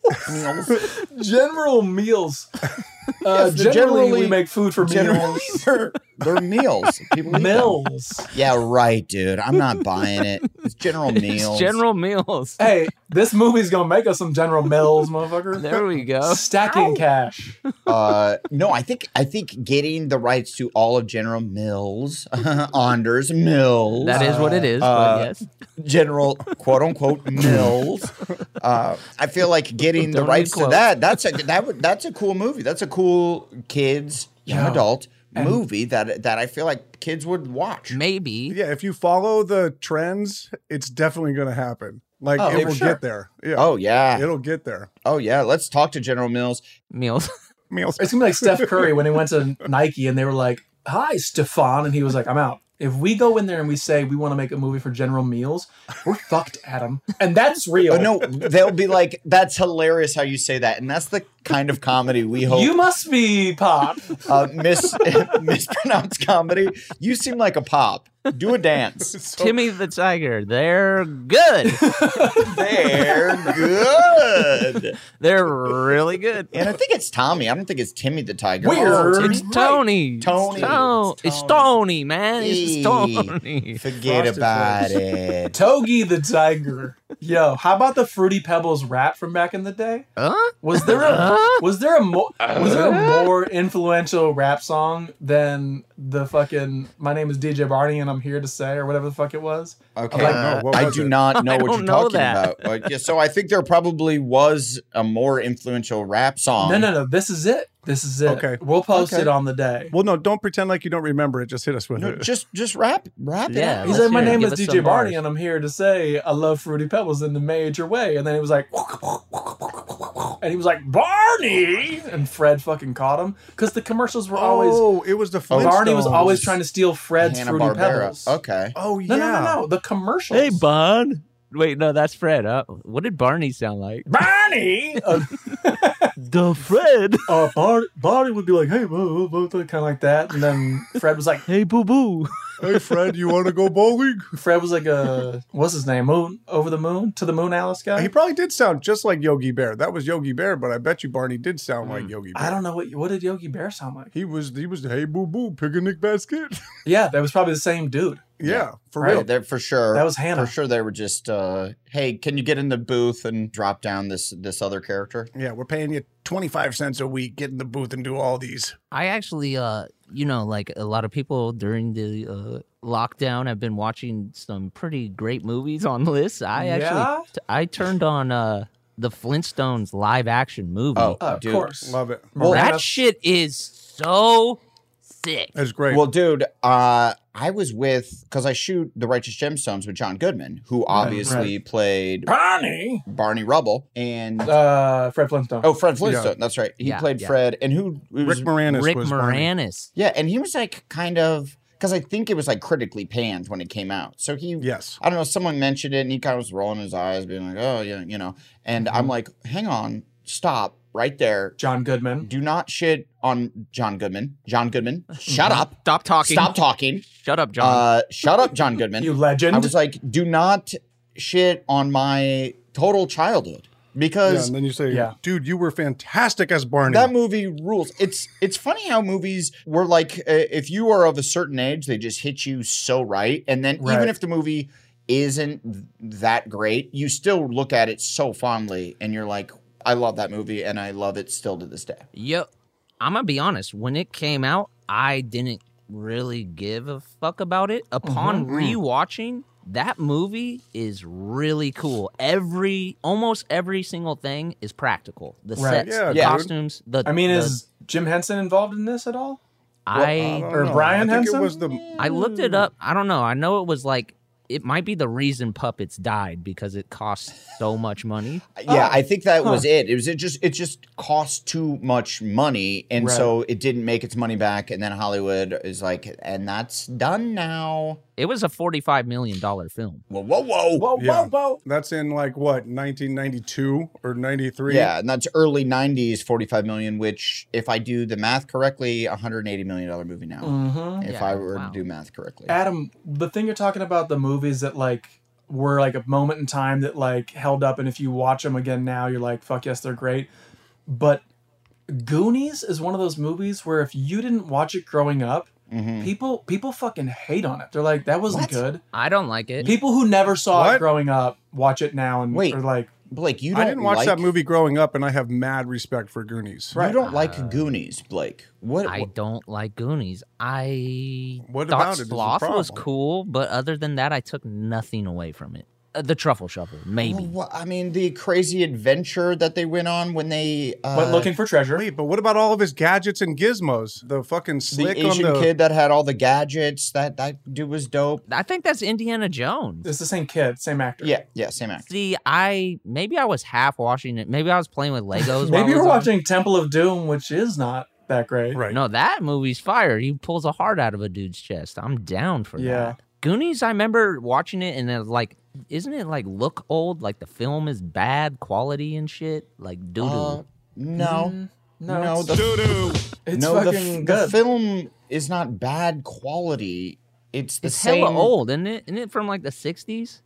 C: General Meals. Uh,
D: Yes,
C: generally,
D: the
C: we
D: generally-
C: make food for
D: Generally,
C: meals.
D: they're, they're meals. People eat them.
C: Mills.
D: Yeah, right, dude. I'm not buying it. It's General Meals.
A: It's General Meals.
C: Hey, this movie's gonna make us some General Mills, motherfucker.
A: There we go.
C: Stacking cash.
D: Uh, no, I think I think getting the rights to all of General Mills, Anders Mills,
A: That is what it is.
D: Uh,
A: but yes,
D: General quote unquote Mills. Uh, I feel like getting the
A: Don't need
D: rights to
A: quotes.
D: that. That's a that would that's a cool movie. That's a cool kids young
C: Yeah.
D: adult movie that that I feel like kids would watch.
A: maybe.
B: Yeah, if you follow the trends, it's definitely going to happen. Like
D: Oh,
B: it
D: for
B: will
D: sure.
B: get there. Yeah.
D: Oh yeah,
B: it'll get there.
D: oh yeah. Let's talk to General Mills.
A: Meals.
B: Meals.
C: It's gonna be like Steph Curry when he went to Nike and they were like, "Hi, Stefan," and he was like, "I'm out." If we go in there and we say we want to make a movie for General Meals, we're fucked, Adam, and that's real.
D: Oh no, they'll be like, "That's hilarious how you say that," and that's the kind of comedy we hope.
C: you must be pop.
D: uh, mis- mispronounced comedy. You seem like a pop. Do a dance.
B: So-
A: Timmy the Tiger. They're good.
D: They're good.
A: They're really good.
D: And I think it's Tommy. I don't think it's Timmy the Tiger.
C: Weird.
D: Oh,
A: It's
D: Timmy.
A: Tony. It's
D: Tony.
A: To-
D: It's
A: It's
D: Tony.
A: Tony, man. It's
D: Hey.
A: Tony.
D: Forget
B: Frosted
D: about
B: Flakes.
D: it.
C: Togi the Tiger. Yo, how about the Fruity Pebbles rap from back in the day?
A: Huh?
C: Was there a was there a mo- was there a more influential rap song than the fucking "My name is DJ Barney and I'm here to say" or whatever the fuck it was?
D: Okay.
C: Like,
B: no, Uh, what
D: I
B: was
D: do
B: it?
D: not know
A: I
D: what
A: don't
D: you're
A: know
D: talking
A: that.
D: about. But, yeah, so I think there probably was a more influential rap song.
C: No, no, no. This is it. This is it.
B: Okay.
C: we'll post
B: Okay.
C: it on the day.
B: Well, no, don't pretend like you don't remember it. Just hit us with
D: No,
B: it.
D: just just rap, rap
A: Yeah.
D: it.
C: He's
A: let's
C: like, my
A: hear it.
C: name
A: Give
C: is
A: us
C: DJ
A: some
C: Barney,
A: bars."
C: and I'm here to say I love Fruity Pebbles in the major way. And then he was like, and he was like, Barney, and Fred fucking caught him because the commercials were always
B: oh, it was the Flintstones.
C: Barney was always trying to steal Fred's
D: Hanna
C: Fruity
D: Barbera.
C: Pebbles.
D: Okay.
B: Oh yeah.
C: No, no, no, no. The commercials.
A: Hey, Bun. Wait, no, that's Fred. Uh, what did Barney sound like?
C: Barney. uh,
A: The Fred.
C: uh, Barney, Barney would be like, "Hey, kind of like that," and then Fred was like,
A: Hey, Boo Boo.
B: Hey Fred, you want to go bowling?
C: Fred was like a what's his name? Moon over the moon to the moon, Alice guy.
B: He probably did sound just like Yogi Bear. That was Yogi Bear, but I bet you Barney did sound like Yogi Bear.
C: I don't know what what did Yogi Bear sound like.
B: He was he was hey boo boo picnic basket.
C: Yeah, that was probably the same dude.
B: yeah, for
C: Right.
B: real.
D: They're for sure.
C: That was Hannah.
D: For sure, they were just, uh, hey, can you get in the booth and drop down this this other character?
B: Yeah, we're paying you twenty five cents a week. Get in the booth and do all these.
A: I actually, uh, you know, like a lot of people during the uh, lockdown have been watching some pretty great movies on lists. I
C: Yeah?
A: actually, t- I turned on uh, the Flintstones live action movie.
D: Oh,
C: Uh, Of
D: dude.
C: course.
B: Love it.
D: Well,
A: that
C: that's-
A: shit is so sick.
B: That's great.
D: Well, dude, uh, I was with because I shoot The Righteous Gemstones with John Goodman, who obviously played
C: Barney.
D: Barney Rubble and
C: Uh, Fred Flintstone.
D: oh Fred Flintstone. That's right. He
A: Yeah,
D: played
A: yeah.
D: Fred, and who it
B: Rick
D: was,
B: Moranis
A: Rick
B: was Barney.
A: Moranis.
D: Yeah, and he was like kind of because I think it was like critically panned when it came out. So he
B: Yes.
D: I don't know, someone mentioned it and he kind of was rolling his eyes, being like, oh, yeah, you know. And I'm
B: Mm-hmm.
D: like, hang on, stop right there.
C: John Goodman.
D: Do not shit on John Goodman. John Goodman, shut up.
A: Mm-hmm. Stop talking.
D: Stop talking.
A: Shut up, John.
D: Uh, shut up, John Goodman.
C: You legend.
D: I was like, do not shit on my total childhood
B: Yeah,
D: because
B: and then you say,
C: Yeah.
B: dude, you were fantastic as Barney.
D: that movie rules. It's it's funny how movies were like uh, if you are of a certain age, they just hit you so right, and then
C: Right.
D: even if the movie isn't th- that great, you still look at it so fondly, and you're like, I love that movie, and I love it still to this day.
A: Yo, I'm gonna be honest. When it came out, I didn't really give a fuck about it. Upon
C: Mm-hmm. Mm.
A: rewatching, that movie is really cool. Every almost every single thing is practical. The
C: Right.
A: sets,
B: Yeah,
A: the
D: dude.
A: costumes, the
C: I mean,
A: the-
C: is Jim Henson involved in this at all?
B: I
A: I
B: don't
C: or
B: know.
C: Brian
B: I think
C: Henson?
B: It was the
A: I looked it up. I don't know. I know it was like it might be the reason puppets died because it cost so much money.
D: Yeah,
C: Oh.
D: I think that was it. It was it just it just cost too much money, and
C: Right.
D: so it didn't make its money back. And then Hollywood is like, and that's done now.
A: It was a forty-five million dollar film.
D: Whoa, whoa, whoa, whoa,
B: oh, Yeah.
D: whoa, whoa.
B: That's in like what 1992 or 93.
D: Yeah, and that's early '90s, 45 million. Which, if I do the math correctly, 180 million dollar movie now.
C: Mm-hmm.
D: If
A: Yeah,
D: I were
A: wow.
D: to do math correctly,
C: Adam, the thing you're talking about, the movies that like were like a moment in time that like held up, and if you watch them again now, you're like, fuck yes, they're great. But Goonies is one of those movies where if you didn't watch it growing up,
D: Mhm.
C: people people fucking hate on it. They're like, that wasn't
D: What?
C: good.
A: I don't like it.
C: People who never saw
B: What?
C: it growing up watch it now and
D: Wait.
C: are like,
D: Blake, you don't
B: I didn't watch
D: like,
B: that movie growing up, and I have mad respect for Goonies.
D: You don't like Goonies, Blake. What?
A: I
D: what-
A: don't like Goonies. I
B: What
A: thought
B: about it is the
A: Sloth was
B: problem?
A: cool, but other than that, I took nothing away from it. Uh, the Truffle Shovel, maybe.
D: Well, I mean, the crazy adventure that they went on when they uh,
C: went looking for treasure.
B: Wait, but what about all of his gadgets and gizmos? The fucking
D: the
B: slick
D: Asian
B: on the
D: kid that had all the gadgets. That that dude was dope.
A: I think that's Indiana Jones.
C: It's the same kid, same actor.
D: Yeah, yeah, same actor.
A: See, I maybe I was half watching it. Maybe I was playing with Legos. while I
C: Maybe you're
A: was on it.
C: watching Temple of Doom, which is not that great.
B: right.
A: No, that movie's fire. He pulls a heart out of a dude's chest. I'm down for
C: Yeah.
A: that. Goonies, I remember watching it and I was like, isn't it like look old? Like the film is bad quality and shit? Like doo doo.
D: Uh, no,
C: No,
D: No,
C: it's,
D: the-
C: it's
D: no, the,
C: fucking
D: f- the
C: good.
D: film is not bad quality. It's the
A: it's
D: same
A: hella old, isn't it? Isn't it from like the 60s?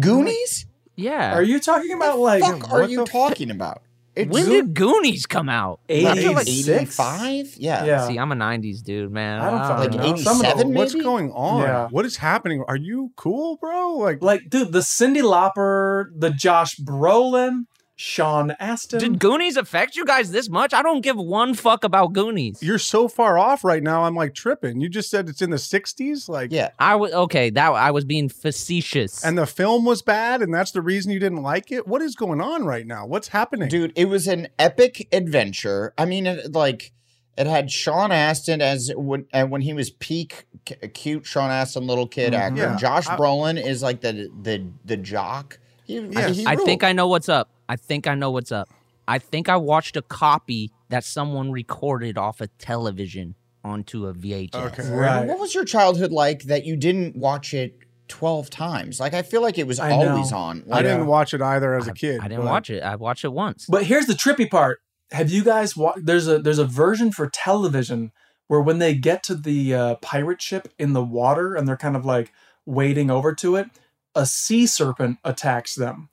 D: Goonies.
A: Yeah.
C: Are you talking about like
D: Fuck, are
B: what
D: you
B: the-
D: talking about? It's
A: when did Goonies come out?
D: like
C: 86?
D: 85? Yeah.
C: Yeah.
A: See, I'm a 90s dude, man.
C: I don't
D: Like
C: fucking know. Some of the-
D: 87 maybe?
B: Oh, What's going on?
C: Yeah.
B: What is happening? Are you cool, bro? Like,
C: Like, dude, the Cindy Lauper, the Josh Brolin, Sean Astin.
A: Did Goonies affect you guys this much? I don't give one fuck about Goonies.
B: you're so far off right now. I'm like tripping. You just said it's in the 60s, like,
D: Yeah.
A: I was okay. That I was being facetious.
B: and the film was bad, and that's the reason you didn't like it. What is going on right now? What's happening?
D: Dude, it was an epic adventure. I mean, it, like it had Sean Astin as when and when he was peak c- cute Sean Astin little kid actor.
B: Yeah.
D: Josh
B: I-
D: Brolin is like the the the jock. He,
B: Yes.
D: he
A: I
D: ruled.
A: think I know what's up. I think I know what's up. I think I watched a copy that someone recorded off a television onto a VHS.
B: Okay.
C: Right.
D: What was your childhood like that you didn't watch it 12 times? Like I feel like it was
C: I know.
D: always on.
B: I
D: Like,
B: didn't watch it either as a kid.
A: I didn't
B: but-
A: watch it. I watched it once.
C: But here's the trippy part. Have you guys watched? There's a there's a version for television where when they get to the uh, pirate ship in the water and they're kind of like wading over to it, a sea serpent attacks them,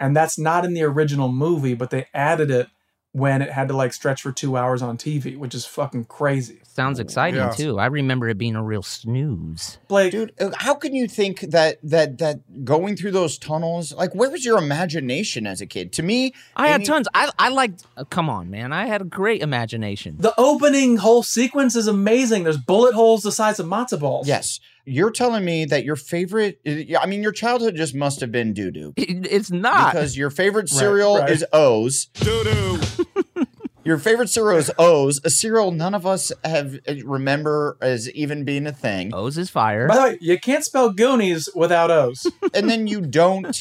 C: and that's not in the original movie, but they added it when it had to like stretch for two hours on TV, which is fucking crazy.
A: Sounds exciting
B: Yeah.
A: too. I remember it being a real snooze.
C: Blake,
D: dude, uh, how can you think that that that going through those tunnels? Like where was your imagination as a kid? To me,
A: I had
D: any-
A: tons. I I liked. uh, come on, man. I had a great imagination.
C: the opening whole sequence is amazing. There's bullet holes the size of matzo balls.
D: Yes. You're telling me that your favorite, uh, I mean, your childhood just must have been doo doo
A: It- it's not.
D: because your favorite cereal
C: right.
D: is O's. Doo doo. your favorite cereal is O's, a cereal none of us have uh, remember as even being a thing.
A: O's is fire.
C: By the way, you can't spell Goonies without O's.
D: And then you don't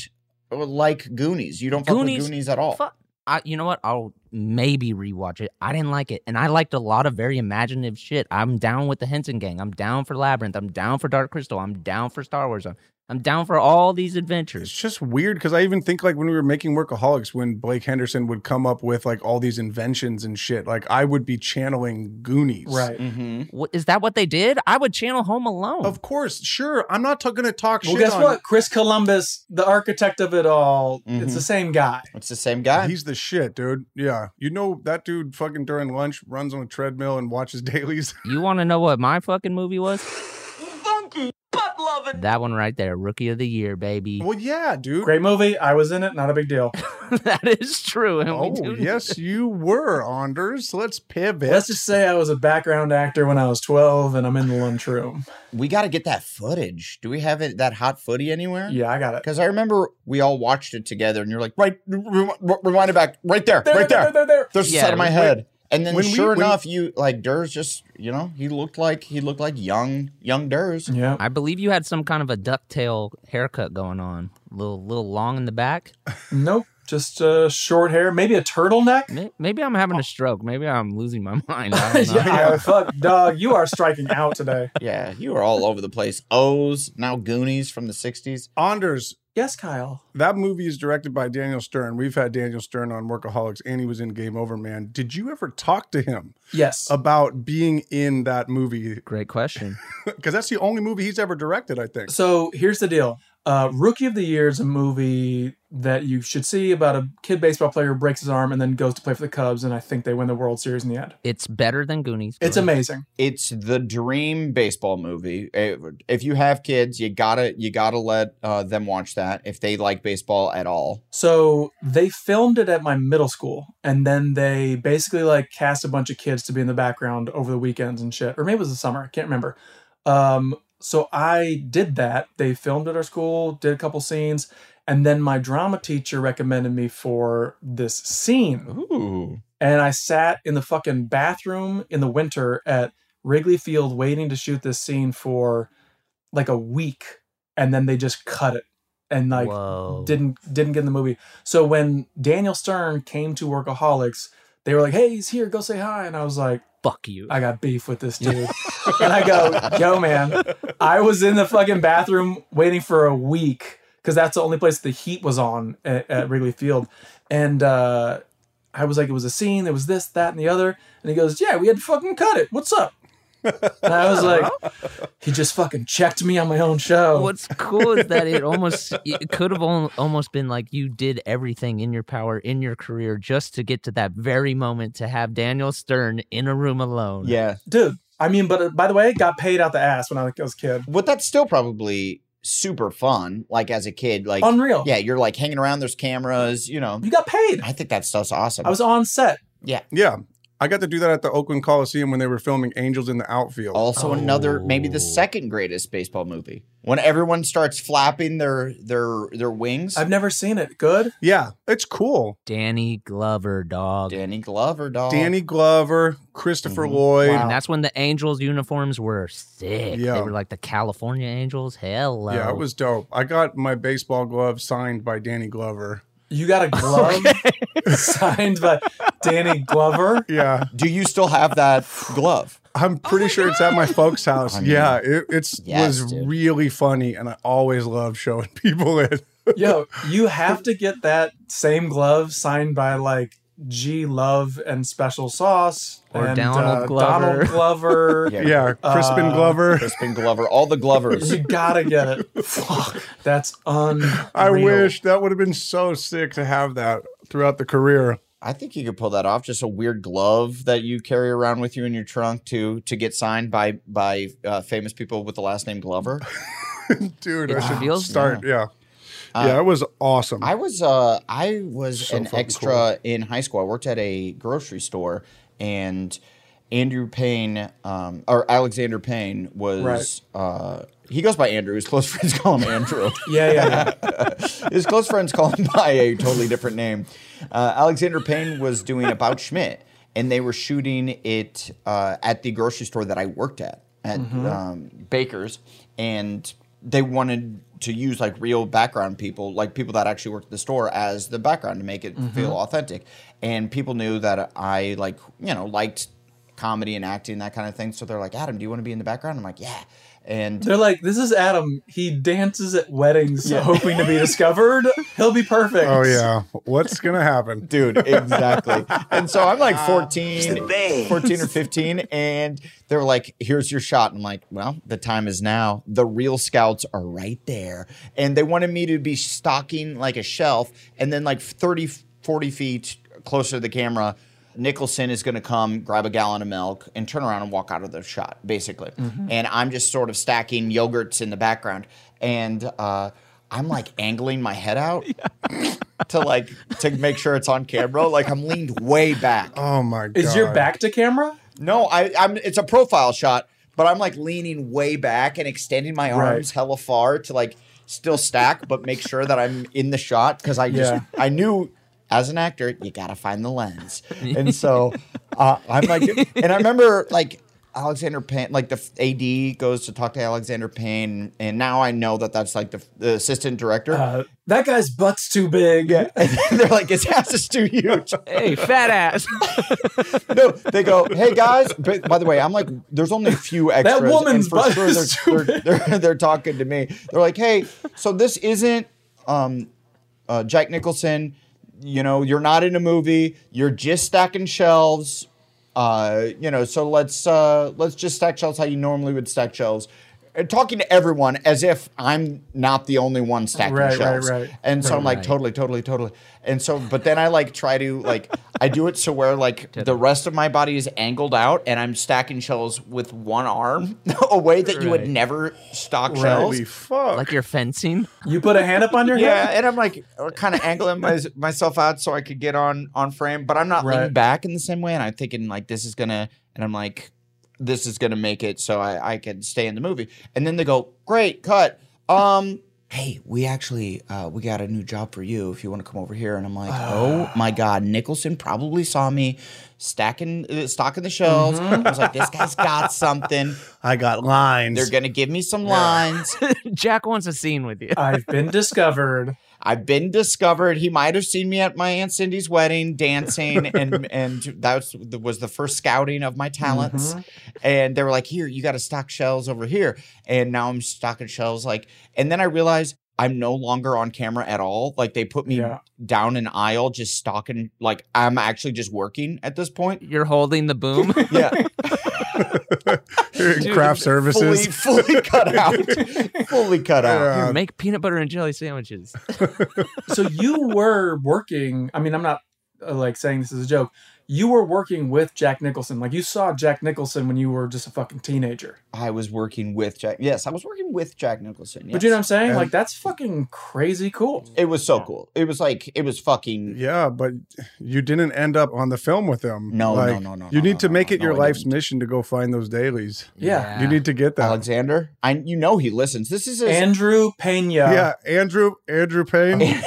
D: uh, like Goonies. You don't fuck
A: Goonies-
D: with Goonies at all.
A: Fuck. I, you know what? I'll maybe rewatch it. I didn't like it, and I liked a lot of very imaginative shit. I'm down with the Henson Gang. I'm down for Labyrinth. I'm down for Dark Crystal. I'm down for Star Wars. I'm, I'm down for all these
B: It's
A: adventures.
B: just weird because I even think like when we were making Workaholics, when Blake Henderson would come up with like all these inventions and shit, like I would be channeling Goonies.
C: right.
D: Mm-hmm.
A: What, is that what they did? I would channel Home Alone.
B: Of course, sure. I'm not going to talk
C: Well,
B: shit
C: guess
B: on.
C: what? Chris Columbus, the architect of it all, it's the same guy.
D: It's the same guy.
B: He's the shit, dude. Yeah, you know that dude fucking during lunch runs on a treadmill and watches dailies.
A: you want to know what my fucking movie was? Funky butt loving. That one right there, Rookie of the Year, baby.
B: well, yeah, dude.
C: Great movie. I was in it. Not a big deal.
A: that is true. and we
B: Oh
A: do-
B: yes, you were Anders. Let's pivot.
C: Let's just say I was a background actor when I was 12 and I'm in the lunchroom.
D: we got to get that footage. Do we have it, that hot footy anywhere?
C: Yeah, I got it.
D: Because I remember we all watched it together and you're like, right, re- re- rewind it back, right there, right there.
C: there, there.
D: There's the
A: Yeah,
D: side of my
A: when-
D: head. And then
B: when we-
D: sure
B: when-
D: enough, you like Durs just, you know, he looked like he looked like young young Durs.
C: Yeah.
A: I believe you had some kind of a ducktail haircut going on, little little long in the back.
C: Nope. Just uh, short hair, maybe a turtleneck.
A: May- Maybe I'm having a stroke. Maybe I'm losing my mind. I don't know.
C: yeah, fuck, dog. You are striking out today.
D: Yeah, you were all over the place. O's, now Goonies from the 60s.
B: Anders,
C: Yes, Kyle.
B: that movie is directed by Daniel Stern. We've had Daniel Stern on Workaholics, and he was in Game Over Man. Did you ever talk to him
C: Yes.
B: about being in that movie?
A: Great question.
B: Because that's the only movie he's ever directed, I think.
C: So here's the deal. Uh, Rookie of the Year is a movie that you should see about a kid baseball player who breaks his arm and then goes to play for the Cubs, and I think they win the World Series in the end.
A: It's better than Goonies.
C: It's
A: Go ahead.
C: amazing.
D: It's the dream baseball movie. Eh, If you have kids, you gotta you gotta let uh, them watch that if they like baseball at all.
C: So they filmed it at my middle school, and then they basically like cast a bunch of kids to be in the background over the weekends and shit, or maybe it was the summer. I can't remember. Um, so I did that. They filmed at our school, did a couple scenes, and then my drama teacher recommended me for this scene.
D: Ooh,
C: and I sat in the fucking bathroom in the winter at Wrigley Field waiting to shoot this scene for like a week and then they just cut it and like
A: Whoa.
C: didn't didn't get in the movie. So when Daniel Stern came to Workaholics, they were like, "Hey, he's here. Go say hi." And I was like,
A: fuck you.
C: I got beef with this dude. and I go, yo, man, I was in the fucking bathroom waiting for a week because that's the only place the heat was on at, at Wrigley Field. And uh, I was like, it was a scene, there was this, that, and the other. And he goes, yeah, we had to fucking cut it. What's up? And I was like, he just fucking checked me on my own show.
A: What's cool is that it almost it could have al- almost been like you did everything in your power in your career just to get to that very moment to have Daniel Stern in a room alone.
D: yeah.
C: Dude, I mean, but uh, by the way, got paid out the ass when I was a kid.
D: But that's still probably super fun. Like as a kid, like
C: Unreal.
D: yeah, you're like hanging around. There's cameras, you know.
C: You got paid.
D: I think that stuff's awesome.
C: I was on set.
B: Yeah. I got to do that at the Oakland Coliseum when they were filming Angels in the Outfield.
D: also another maybe the second greatest baseball movie when everyone starts flapping their their their wings.
C: I've never seen it. Good.
B: Yeah, it's cool.
A: Danny Glover, dog.
D: Danny Glover, dog.
B: Danny Glover, Christopher
D: Mhm.
B: Lloyd.
A: And that's when the Angels uniforms were sick.
B: Yeah.
A: They were like the California Angels. Hello.
B: Yeah, it was dope. I got my baseball glove signed by Danny Glover.
C: You got a glove signed by Danny Glover.
B: Yeah,
D: Do you still have that glove?
B: I'm pretty sure it's at my folks' house.
D: I mean,
B: yeah, it it's,
D: yes,
B: was
D: dude.
B: really funny, and I always love showing people it.
C: Yo, you have to get that same glove signed by like G Love and Special Sauce
A: Or
C: and, uh,
A: Donald Glover.
C: Donald Glover.
B: Yeah, Crispin
C: Uh,
B: Glover.
D: Crispin Glover, all the Glovers.
C: You gotta get it. Fuck, that's unreal.
B: I wish that would have been so sick to have that throughout the career.
D: I think you could pull that off. Just a weird glove that you carry around with you in your trunk to to get signed by by uh, famous people with the last name Glover.
B: Dude,
A: It
B: I should
A: reveals-
B: start. Yeah, yeah, it was awesome.
D: I was uh I was
B: Mm-hmm. So
D: an
B: fucking
D: extra in high school. I worked at a grocery store and Andrew Payne um or Alexander Payne was uh he goes by Andrew. His close friends call him Andrew.
C: Yeah, yeah, yeah.
D: His close friends call him by a totally different name. Uh, Alexander Payne was doing About Schmidt, and they were shooting it uh, at the grocery store that I worked at, at um, Baker's, and they wanted to use like real background people, like people that actually worked at the store, as the background to make it feel authentic. And people knew that I like, you know, liked comedy and acting that kind of thing. So they're like, Adam, do you want to be in the background? I'm like, yeah. And
C: They're like, this is Adam. He dances at weddings, hoping to be discovered. He'll be perfect.
B: oh yeah, what's gonna happen?
D: dude exactly and so i'm like 14 14 or 15 and they're like here's your shot and i'm like well the time is now the real scouts are right there and they wanted me to be stocking like a shelf and then like 30 40 feet closer to the camera Nicholson is going to come grab a gallon of milk and turn around and walk out of the shot, basically. And I'm just sort of stacking yogurts in the background, and uh, I'm like angling my head out to like to make sure it's on camera. Like I'm leaned way back.
B: Oh my god,
C: Is your back to camera?
D: No, I, I'm. It's a profile shot, but I'm like leaning way back and extending my
C: Right.
D: arms hella far to like still stack, but make sure that I'm in the shot because I just
C: Yeah.
D: I knew as an actor you gotta find the lens, and so uh, I'm like, and I remember like Alexander Payne, like the f- AD goes to talk to Alexander Payne, and now I know that that's like the, f- the assistant director.
J: Uh, that guy's butt's too big.
D: yeah, and they're like, his ass is too huge.
A: Hey, fat ass.
D: No, they go, hey guys. But by the way, I'm like, there's only a few extras. and
J: woman's
D: for
J: butt
D: sure
J: is
D: they're-
J: too
D: they're, they're, they're talking to me. They're like, hey, so this isn't um, uh, Jack Nicholson. You know, you're not in a movie. You're just stacking shelves. Uh, you know, so let's uh, let's just stack shelves how you normally would stack shelves. And talking to everyone as if I'm not the only one stacking
C: Right, right,
D: shelves.
C: right.
D: And so I'm like, totally, totally, totally. And so, but then I like try to like, I do it so where like the rest of my body is angled out and I'm stacking shells with one arm, a way that you would
C: Right.
D: never stock shells.
B: Holy fuck.
A: like you're fencing.
J: You put a hand up on your
D: Yeah,
J: head?
D: and I'm like kind of angling my, myself out so I could get on on frame, but I'm not
C: Right.
D: leaning back in the same way. And I'm thinking like this is gonna, and I'm like, this is gonna make it so I I can stay in the movie. And then they go, great cut. Um, hey, we actually uh, we got a new job for you if you want to come over here. And I'm like, oh my god, Nicholson probably saw me stacking uh, stocking the shelves. I was like, this guy's got something.
B: I got lines.
D: They're gonna give me some lines.
A: Jack wants a scene with you.
J: I've been discovered.
D: I've been discovered. He might have seen me at my aunt Cindy's wedding dancing, and and that was, the- was the first scouting of my
C: Mm-hmm.
D: talents. And they were like, "Here, you got to stock shelves over here." And now I'm stocking shelves. Like, and then I realized I'm no longer on camera at all. Like they put me
C: Yeah.
D: down an aisle, just stocking. Like I'm actually just working at this point.
A: You're holding the boom.
D: Yeah,
B: Craft
D: fully,
B: services.
D: fully cut out, fully cut out.
B: Yeah.
A: Make peanut butter and jelly sandwiches.
C: so you were working. I mean, I'm not uh, like saying this is a joke. You were working with Jack Nicholson. Like you saw Jack Nicholson when you were just a fucking teenager.
D: I was working with Jack. Yes, I was working with Jack Nicholson.
C: But you know what
D: yes.
C: I'm saying?
B: And-
C: like that's fucking crazy cool.
D: It was so cool. It was like it was fucking
B: Yeah, but you didn't end up on the film with them.
D: No, no,
B: Like,
D: no, no,
B: You
D: no,
B: need
D: no,
B: to
D: no,
B: make
D: no,
B: it your
D: no, I
B: life's
D: didn't.
B: mission to go find those dailies.
C: Yeah.
B: You need to get that.
D: Alexander. I you know he listens. This is his
C: Andrew
D: uh,
C: Pena.
B: yeah, Andrew Andrew Payne.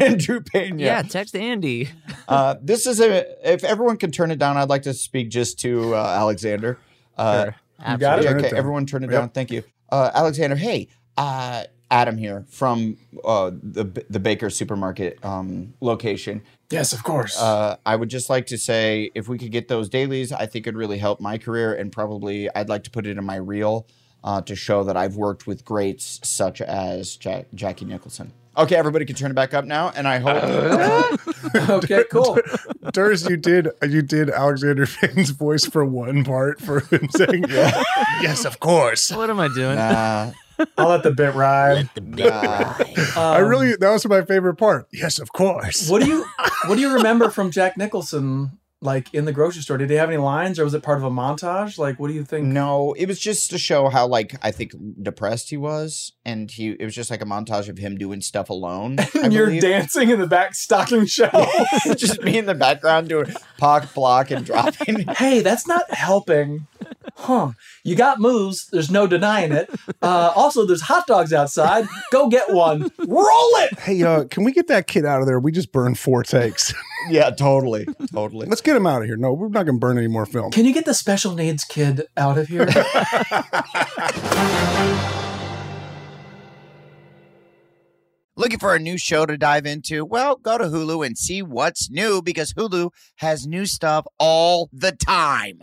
D: Andrew Payne.
A: Yeah, text Andy.
D: Uh, this is a. If everyone can turn it down, I'd like to speak just to uh, Alexander. Uh,
C: You got it?
D: yeah,
B: Turn it
D: okay,
B: down.
D: everyone, turn it
B: Yep.
D: down. Thank you, uh, Alexander. Hey, uh, Adam here from uh, the the Baker supermarket um, location.
C: Yes, of course.
D: Uh, I would just like to say if we could get those dailies, I think it'd really help my career, and probably I'd like to put it in my reel uh, to show that I've worked with greats such as Jack- Jackie Nicholson. Okay, everybody can turn it back up now, and I hope
C: okay, cool.
B: Durs, you did you did Alexander Payne's voice for one part for him saying, "Yes, of course."
A: What am I doing?
D: uh,
C: I'll let the bit ride.
D: uh,
B: I
A: Um,
B: really that was my favorite part. Yes, of course.
C: What do you What do you remember from Jack Nicholson? Like in the grocery store, did he have any lines, or was it part of a montage? Like, what do you think?
D: no, it was just to show how like I think depressed he was, and he it was just like a montage of him doing stuff alone. I
C: And you're
D: believe.
C: dancing in the back stocking shelf.
D: just me in the background doing pock block and dropping.
C: hey, that's not helping. Huh. You got moves. There's no denying it. Uh, also, there's hot dogs outside. Go get one. Roll it.
B: Hey, uh, can we get that kid out of there? We just burned four takes.
D: yeah, totally, totally.
B: Let's get him out of here. No, we're not going to burn any more film.
C: Can you get the special needs kid out of here?
D: Looking for a new show to dive into? Well, go to Hulu and see what's new because Hulu has new stuff all the time.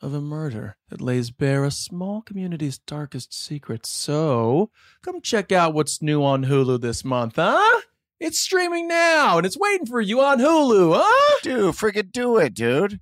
C: of a murder that lays bare a small community's darkest secrets. So, come check out what's new on Hulu this month, huh? It's streaming now and it's waiting for you on Hulu, huh?
D: Dude, freaking do it, dude.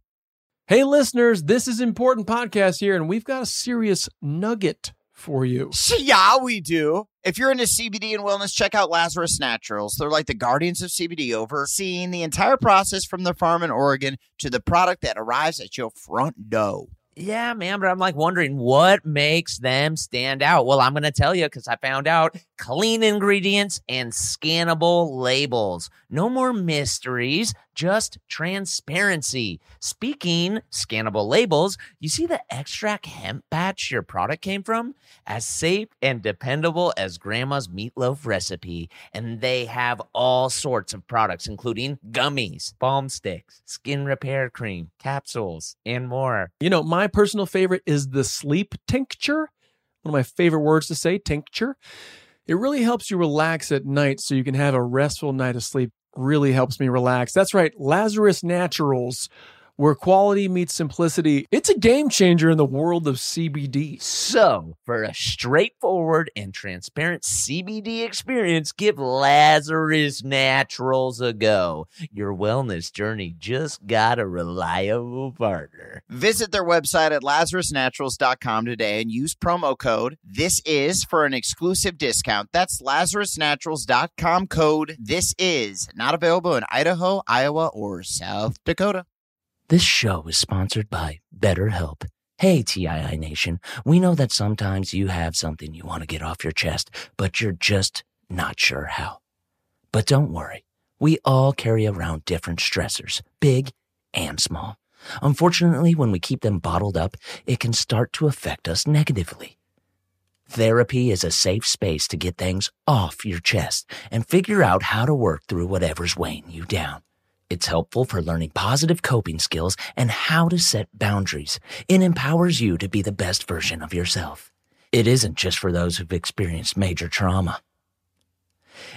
C: Hey, listeners, this is Important Podcast here, and we've got a serious nugget for you.
D: Yeah, we do. If you're into CBD and wellness, check out Lazarus Naturals. They're like the guardians of CBD, overseeing the entire process from the farm in Oregon to the product that arrives at your front door.
A: Yeah, man, but I'm like wondering what makes them stand out. Well, I'm going to tell you because I found out clean ingredients and scannable labels. No more mysteries, just transparency. Speaking scannable labels, you see the extract hemp batch your product came from? As safe and dependable as grandma's meatloaf recipe. And they have all sorts of products, including gummies, balm sticks, skin repair cream, capsules, and more.
C: You know, my personal favorite is the sleep tincture. One of my favorite words to say, tincture. It really helps you relax at night so you can have a restful night of sleep. Really helps me relax. That's right, Lazarus Naturals, where quality meets simplicity. It's a game changer in the world of CBD.
A: So, for a straightforward and transparent CBD experience, give Lazarus Naturals a go. Your wellness journey just got a reliable partner.
D: Visit their website at lazarusnaturals.com today and use promo code This Is for an exclusive discount. That's lazarusnaturals.com code This Is. Not available in Idaho, Iowa, or South Dakota.
A: This show is sponsored by BetterHelp. Hey, TII Nation, we know that sometimes you have something you want to get off your chest, but you're just not sure how. But don't worry, we all carry around different stressors, big and small. Unfortunately, when we keep them bottled up, it can start to affect us negatively. Therapy is a safe space to get things off your chest and figure out how to work through whatever's weighing you down. It's helpful for learning positive coping skills and how to set boundaries. It empowers you to be the best version of yourself. It isn't just for those who've experienced major trauma.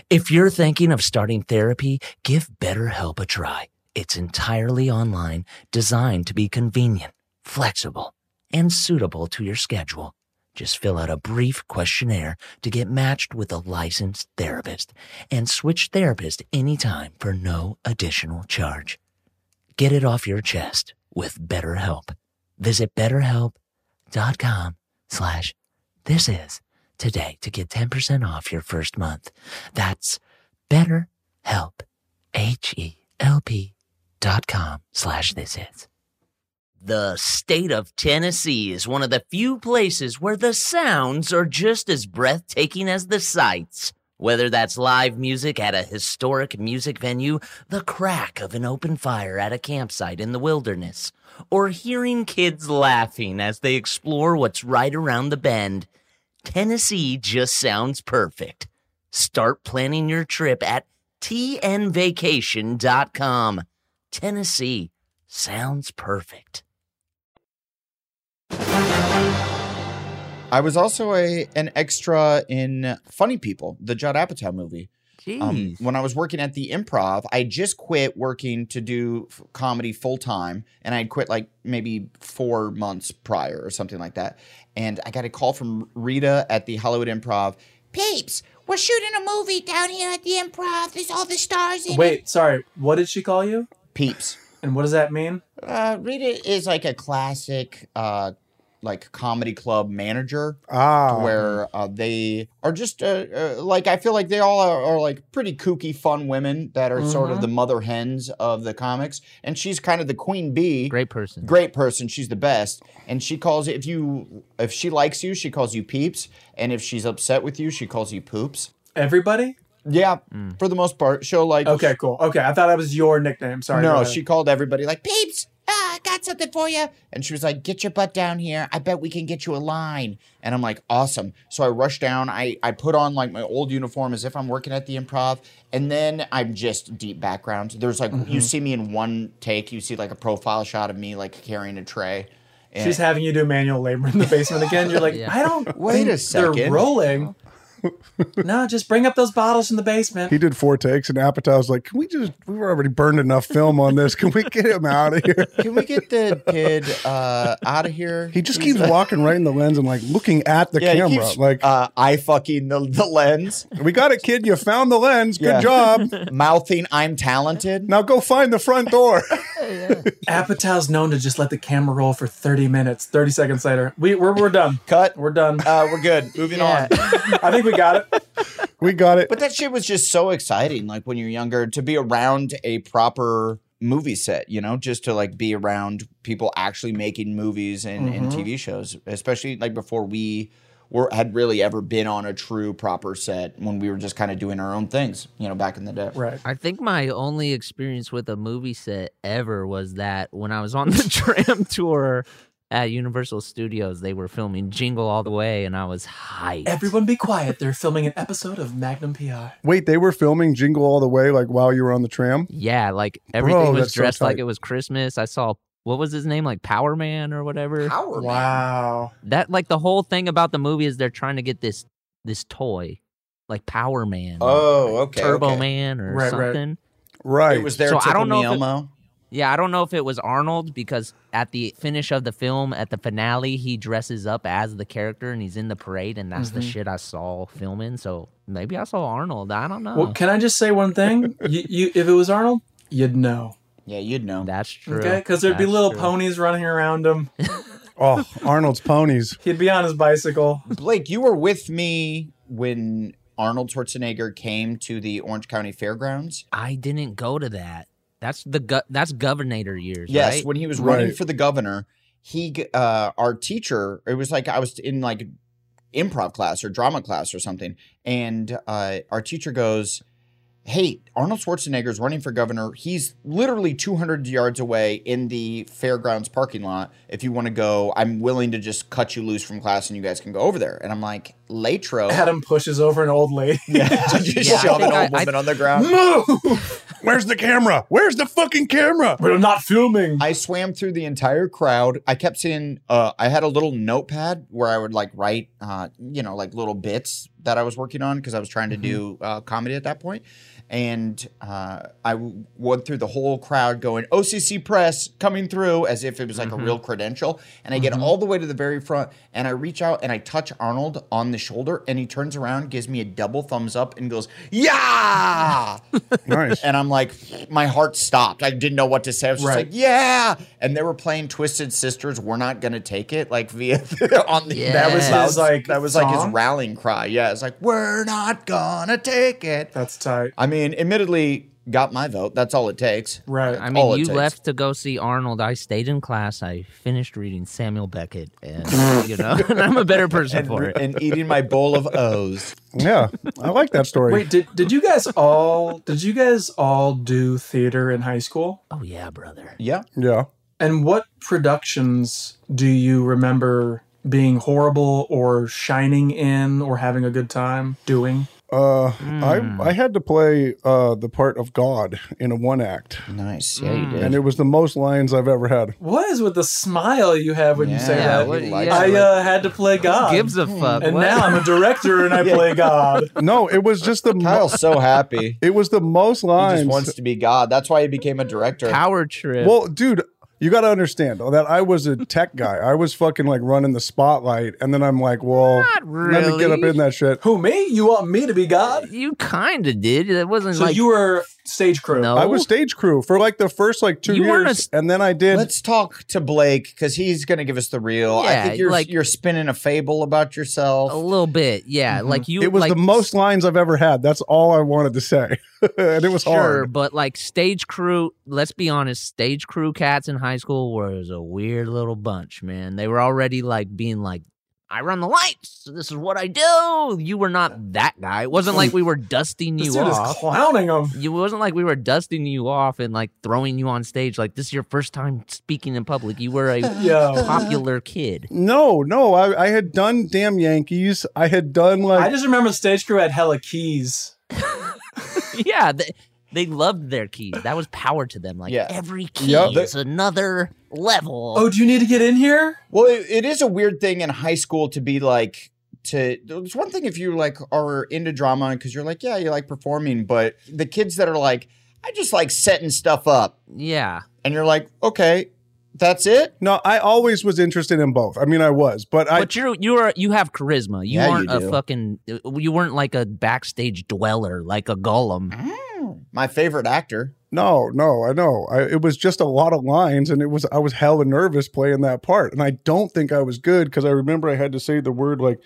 A: If you're thinking of starting therapy, give BetterHelp a try. It's entirely online, designed to be convenient, flexible, and suitable to your schedule. Just fill out a brief questionnaire to get matched with a licensed therapist and switch therapist anytime for no additional charge. Get it off your chest with BetterHelp. Visit betterhelp.com slash this is today to get 10% off your first month. That's betterhelp, H-E-L-P dot com slash this is. The state of Tennessee is one of the few places where the sounds are just as breathtaking as the sights. Whether that's live music at a historic music venue, the crack of an open fire at a campsite in the wilderness, or hearing kids laughing as they explore what's right around the bend, Tennessee just sounds perfect. Start planning your trip at tnvacation.com. Tennessee sounds perfect.
D: I was also a an extra in Funny People, the Judd Apatow movie. Um, when I was working at the improv, I just quit working to do f- comedy full time. And I'd quit like maybe four months prior or something like that. And I got a call from Rita at the Hollywood improv Peeps, we're shooting a movie down here at the improv. There's all the stars in it.
K: Wait, sorry. What did she call you?
D: Peeps.
K: And what does that mean?
D: Uh, Rita is like a classic, uh, like comedy club manager
B: Ah,
D: where uh, they are just uh, uh, like I feel like they all are, are like pretty kooky, fun women that are sort of the mother hens of the comics, and she's kind of the queen bee.
L: Great person.
D: Great person, she's the best, and she calls if you if she likes you, she calls you peeps, and if she's upset with you, she calls you poops.
K: Everybody?
D: Yeah, for the most part, she'll like
K: Okay, cool. Okay, I thought that was your nickname. Sorry. go
D: no,
K: ahead.
D: she called everybody like peeps. Ah, I got something for you. And she was like, "Get your butt down here. I bet we can get you a line." And I'm like, "Awesome!" So I rush down. I I put on like my old uniform as if I'm working at the improv, and then I'm just deep background. There's like you see me in one take. You see like a profile shot of me like carrying a tray. And
K: She's having you do manual labor in the basement again. You're like, I don't.
D: Wait a
K: think They're
D: second.
K: rolling. no, just bring up those bottles from the basement.
B: He did four takes, and Apatow was like, "Can we just? We were already burned enough film on this. Can we get him out of here?"
D: can we get the kid uh, out of here?
B: He just keeps walking right in the lens and like looking at the
D: yeah, he
B: camera,
D: keeps,
B: like,
D: uh, I fucking the, the lens,
B: "We got it, kid. You found the lens. Good
D: Yeah.
B: job.
D: mouthing I'm talented.
B: Now go find the front door."
C: yeah. Apatow's known to just let the camera roll for 30 minutes. 30 seconds later, we, we're, we're done.
D: Cut.
C: We're done.
D: Uh, we're good. Moving on.
C: I think we got it.
B: We got it.
D: But that shit was just so exciting. Like when you're younger, to be around a proper movie set, you know, just to like be around people actually making movies and, and
A: Mm-hmm.
C: Mhm.
D: TV shows, especially like before we were had really ever been on a true proper set when we were just kind of doing our own things, you know, back in the day.
C: Right.
A: I think my only experience with a movie set ever was that when I was on the tram tour at Universal Studios, they were filming Jingle All the Way, and I was hyped.
C: Everyone be quiet. They're filming an episode of Magnum PI.
B: Wait, they were filming Jingle All the Way like while you were on the tram?
A: yeah, like everything was
B: that's so
A: dressed like
B: tight.
A: it was Christmas. I saw what was his name, like Power Man or whatever.
D: Power Man.
C: Wow.
A: that like the whole thing about the movie is they're trying to get this this toy, like Power Man, or
D: Oh, okay.
A: Turbo
D: okay.
A: Man, or
C: Right, right.
A: something.
B: Right.
D: It was there.
A: So I don't know if it-
D: Elmo.
A: Yeah, I don't know if it was Arnold because at the finish of the film, at the finale, he dresses up as the character and he's in the parade, and that's the
C: Mhm.
A: shit I saw filming. So maybe I saw Arnold. I don't know.
C: Well, can I just say one thing? you, you, if it was Arnold, you'd know.
D: Yeah, you'd know.
A: that's true.
C: Okay? Because there'd be
A: That's
C: little
A: true.
C: ponies running around him.
B: oh, Arnold's ponies.
C: He'd be on his bicycle.
D: Blake, you were with me when Arnold Schwarzenegger came to the Orange County Fairgrounds.
A: I didn't go to that. That's the go- that's Governor years.
D: Yes,
A: right?
D: when he was running
B: Right.
D: for the governor, he g- uh our teacher, it was like I was in like improv class or drama class or something and uh our teacher goes, "Hey, Arnold Schwarzenegger's running for governor. He's literally 200 yards away in the fairgrounds parking lot. If you want to go, I'm willing to just cut you loose from class and you guys can go over there." And I'm like, "Latro."
C: Adam pushes over an old lady.
D: Yeah, just
A: Yeah, I
D: shove an
A: think I-
D: old
A: I-
D: woman on the ground.
B: Where's the camera? Where's the fucking camera?
C: We're not filming.
D: I swam through the entire crowd. I kept seeing. Uh, I had a little notepad where I would like write, uh, you know, like little bits that I was working on because I was trying to do uh, comedy at that point. And uh, I w- went through the whole crowd going OCC press coming through as if it was like a real credential. And I get all the way to the very front, and I reach out and I touch Arnold on the shoulder, and he turns around, gives me a double thumbs up, and goes, "Yeah!"
B: Nice.
D: and I'm like, my heart stopped. I didn't know what to say. I was just
C: Right.
D: like, yeah. And they were playing Twisted Sisters. We're not gonna take it. Like via the, on the
A: Yeah. That was his,
D: loud-
C: like,
D: that was like
C: song?
D: his rallying cry. Yeah, it's like we're not gonna take it.
C: That's tight.
D: I mean, admittedly, got my vote. That's all it takes.
C: Right.
A: I
D: all
A: mean,
D: it
A: you
D: takes.
A: left to go see Arnold. I stayed in class. I finished reading Samuel Beckett, and you know, and I'm a better person for it.
D: and eating my bowl of O's.
B: yeah, I like that story.
C: Wait, did, did you guys all did you guys all do theater in high school?
A: Oh yeah, brother.
D: Yeah.
B: Yeah.
C: And what productions do you remember being horrible or shining in or having a good time doing?
B: Uh, I I had to play uh the part of God in a one act,
D: Nice. Yeah,
C: Mm.
D: you
B: and it was the most lines I've ever had.
C: What is with the smile you have when you say
D: Yeah,
C: that?
A: what-
D: he likes
C: I
D: it.
C: uh, had to play God.
A: Gives a fuck.
C: and
A: What?
C: now I'm a director and I play God.
B: No, it was just the mo-
D: Kyle's so happy.
B: it was the most
D: He just
B: lines.
D: wants to be God. That's why he became a director.
A: power trip.
B: well, dude. You got to understand that I was a tech guy. I was fucking like running the spotlight, and then I'm like, "Well, let me get up
A: really.
B: in that shit."
C: Who me? You want me to be God?
A: you kind of did. It wasn't
C: So
A: like
C: you were stage crew. Uh,
A: No.
B: I was stage crew for like the first like two
A: You weren't a
B: years,
A: st-
B: and then I did.
D: Let's talk to Blake because he's going to give us the real. I
A: Yeah,
D: think you're
A: like-
D: you're spinning a fable about yourself.
A: a little bit. Yeah, like you.
B: it was
A: like,
B: the most lines I've ever had. That's all I wanted to say, and it was
A: sure,
B: hard.
A: but like stage crew. Let's be honest, stage crew cats in high school was a weird little bunch, man. They were already like being like. I run the lights. This is what I do. You were not that guy. It wasn't like we were dusting
C: This
A: you
C: dude
A: off.
C: is clowning him.
A: You- it wasn't like we were dusting you off and like throwing you on stage like this is your first time speaking in public. You were a
C: Yo.
A: popular kid.
B: No, no, I, I had done damn Yankees. I had done like
C: I just remember stage crew had hella keys.
A: yeah, they, they loved their keys. That was power to them. Like
D: Yeah.
A: every key
D: Yeah, they-
A: is another level.
C: Oh, do you need to get in here?
D: Well, it, it is a weird thing in high school to be like to. It's one thing if you like are into drama because you're like, yeah, you like performing, but the kids that are like, I just like setting stuff up,
A: yeah,
D: and you're like, okay, that's it.
B: no. I always was interested in both. I mean, I was, but I
A: but you're you are you have charisma. You
D: Yeah, you
A: aren't a
D: do.
A: fucking. You weren't like a backstage dweller, like a golem.
E: Mm. my favorite actor.
B: No, no, I know. I, it was just a lot of lines, and it was I was hella nervous playing that part, and I don't think I was good because I remember I had to say the word like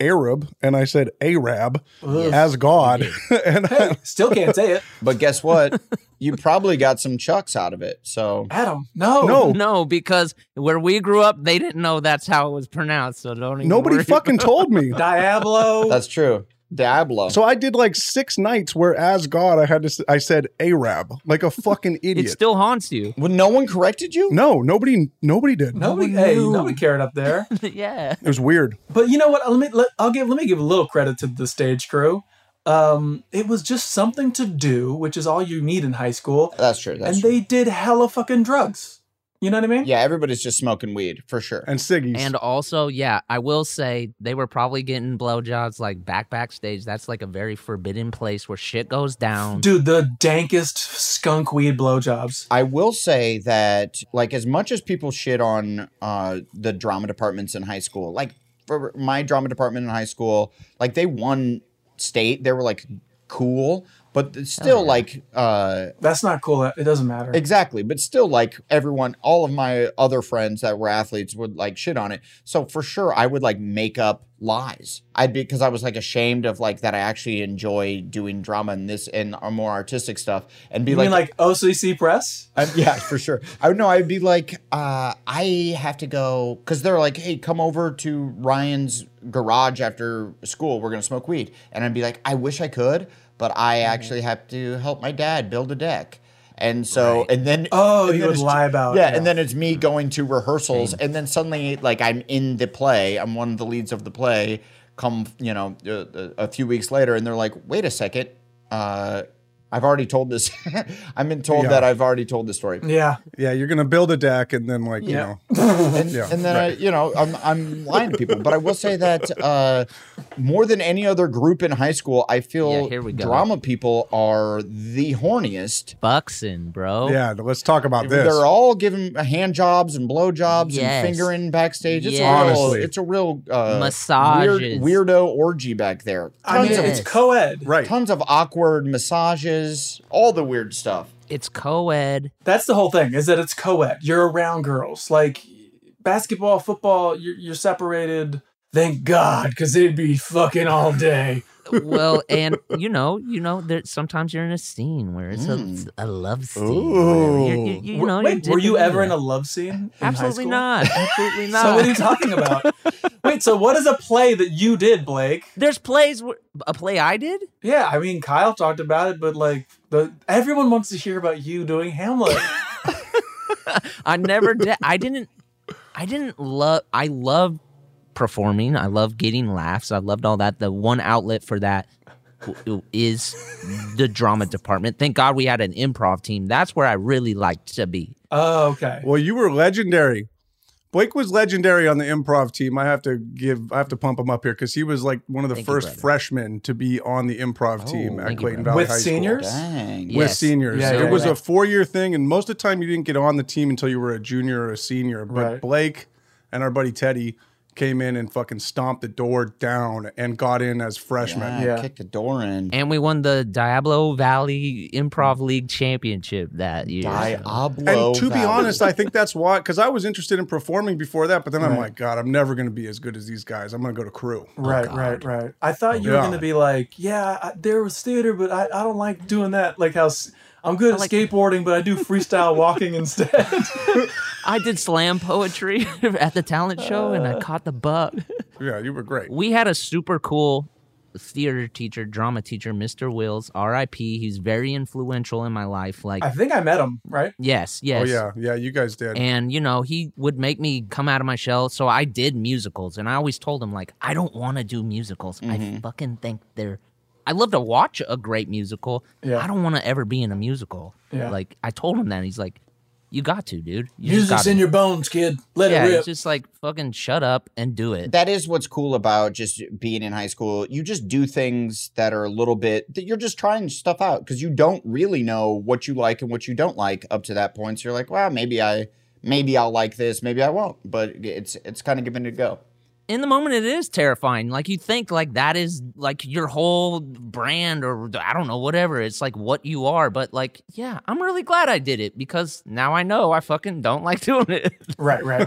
B: Arab, and I said Arab
C: Ugh.
B: as God, and I,
C: Still can't say it.
E: But guess what? you probably got some chucks out of it. So
C: Adam, no.
B: No.
A: No, because where we grew up, they didn't know that's how it was pronounced. So don't even
B: nobody
A: worry.
B: fucking told me.
C: Diablo.
E: that's true. Diablo.
B: So I did like six nights where as God I had to s- I said Arab like a fucking
A: It
B: idiot.
A: still haunts you.
E: when no one corrected you?
B: no, nobody, nobody did.
C: nobody,
A: Nobody
C: hey,
A: knew.
C: nobody cared up there.
A: yeah.
B: It was weird.
C: But you know what? Let me let, I'll give let me give a little credit to the stage crew. Um, it was just something to do, which is all you need in high school,
E: That's true. That's
C: and
E: true.
C: they did hella fucking drugs. You know what I mean?
E: yeah, everybody's just smoking weed for sure.
B: And Siggy's.
A: And also, yeah, I will say they were probably getting blowjobs like back backstage. That's like a very forbidden place where shit goes down.
C: Dude, the dankest skunk weed blowjobs.
E: I will say that, like, as much as people shit on uh, the drama departments in high school, like, for my drama department in high school, like, they won state. They were, like, cool, but
C: Oh,
E: it's still, like, uh,
C: That's not cool. It doesn't matter.
E: exactly, but still, like, everyone, all of my other friends that were athletes would, like, shit on it. So for sure, I would, like, make up lies. I'd be, because I was, like, ashamed of, like, that I actually enjoy doing drama and this and uh, more artistic stuff and be
C: you mean like OCC Press?
E: I- yeah, for sure. I would know. I'd be like, uh, I have to go because they're like, hey, come over to Ryan's garage after school. We're gonna smoke weed, and I'd be like, I wish I could, but I
C: Mm-hmm.
E: actually have to help my dad build a deck. And so, and then
C: Oh,
E: and
C: you
E: then
C: would
E: it's-
C: lie about
E: yeah,
C: it, yeah. Mm-hmm.
E: and then it's me going to rehearsals, and then suddenly, like, I'm in the play. I'm one of the leads of the play. Come, you know, uh, a, a few weeks later, and they're like, wait a second. Uh, I've already told this. I've been told
B: Yeah.
E: that I've already told this story.
C: Yeah.
B: yeah, you're gonna build a deck and then like
C: Yeah.
B: you know
E: and,
B: Yeah,
E: and then I, you know, I'm I'm lying to people, but I will say that uh, more than any other group in high school, I feel
A: Yeah, here we go.
E: drama people are the horniest.
A: Buxing, bro.
B: yeah. Let's talk about this.
E: They're all giving hand jobs and blowjobs jobs
A: Yes.
E: and fingering backstage. It's
A: Yes.
E: a real,
B: Honestly.
E: it's a real uh,
A: Massages.
E: weird, weirdo orgy back there.
C: I mean,
E: Tons,
C: it's
A: Yes.
C: co-ed.
E: of,
B: right.
E: tons of awkward massages, all the weird stuff.
A: It's co ed.
C: That's the whole thing. Is that it's co-ed. You're around girls. Like basketball, football. You're, you're separated. Thank God, because they'd be fucking all day.
A: well, and you know, you know, there, sometimes you're in a scene where it's
E: Mm.
A: a, a love scene. where you're- you- you
C: Wait,
A: know,
C: wait,
A: you're
C: were you
A: dipping
C: ever in
A: into
C: a
A: that.
C: love scene? in high
A: Absolutely
C: school?
A: not. Absolutely not.
C: So what are you talking about? wait, so what is a play that you did, Blake?
A: There's plays. where- A play I did.
C: Yeah, I mean Kyle talked about it, but like the everyone wants to hear about you doing Hamlet.
A: I never did. I didn't. I didn't love. I love performing. I love getting laughs. I loved all that. The one outlet for that w- w- is the drama department. Thank God we had an improv team. That's where I really liked to be.
C: oh, okay.
B: Well, you were legendary. Blake was legendary on the improv team. I have to give, I have to pump him up here because he was like one of the
A: Thank you,
B: first
A: brother.
B: freshmen to be on the improv team at
A: thank you,
B: Clayton
A: brother.
B: Valley
C: With
B: High School.
C: seniors?
E: Dang.
A: Yeah.
B: with
A: Yes.
B: seniors.
C: Yeah,
B: it
C: yeah,
B: was
C: yeah.
B: a four year thing, and most of the time you didn't get on the team until you were a junior or a senior. But
C: Right.
B: Blake and our buddy Teddy came in and fucking stomped the door down and got in as freshmen.
E: Yeah,
C: Yeah.
E: Kick the door in.
A: And we won the Diablo Valley
B: Mm.
A: Improv League championship that year.
E: Diablo.
B: And to be
E: Valley.
B: honest, I think that's why, because I was interested in performing before that, but then I'm like, God, I'm never going to be as good as these guys. I'm going to go to crew.
C: Right, right, right. I thought you were
B: Yeah.
C: going to be like, yeah, I, there was theater, but I, I don't like doing that. Like how s- I'm good at skateboarding, but I do freestyle walking instead.
A: I did slam poetry at the talent show, and
B: Uh.
A: I caught the buck.
B: Yeah, you were great. Oh,
A: we had a super cool theater teacher, drama teacher, Mr. Wills, R.I.P. He's very influential in my life. Like,
C: I think I met him, right?
A: yes, yes.
B: Oh, yeah. Yeah, you guys did.
A: And you know, he would make me come out of my shell. So I did musicals, and I always told him like, I don't want to do musicals.
C: Mm-hmm.
A: I fucking think they're. I love to watch a great musical.
C: Yeah.
A: I don't want to ever be in a musical.
C: Yeah.
A: Like I told him that, and he's like, "You got to, dude. You just
C: Music's
A: gotta."
C: in your bones, kid. Let
A: yeah,
C: it
A: it's
C: rip.
A: just like fucking shut up and do it.
E: that is what's cool about just being in high school. You just do things that are a little bit that you're just trying stuff out because you don't really know what you like and what you don't like up to that point. So you're like, well, maybe I, maybe I'll like this, maybe I won't. But it's it's kind of giving it a go.
A: in the moment it is terrifying like you think like that is like your whole brand or i don't know whatever it's like what you are but like yeah i'm really glad i did it because now i know i fucking don't like doing it
C: right right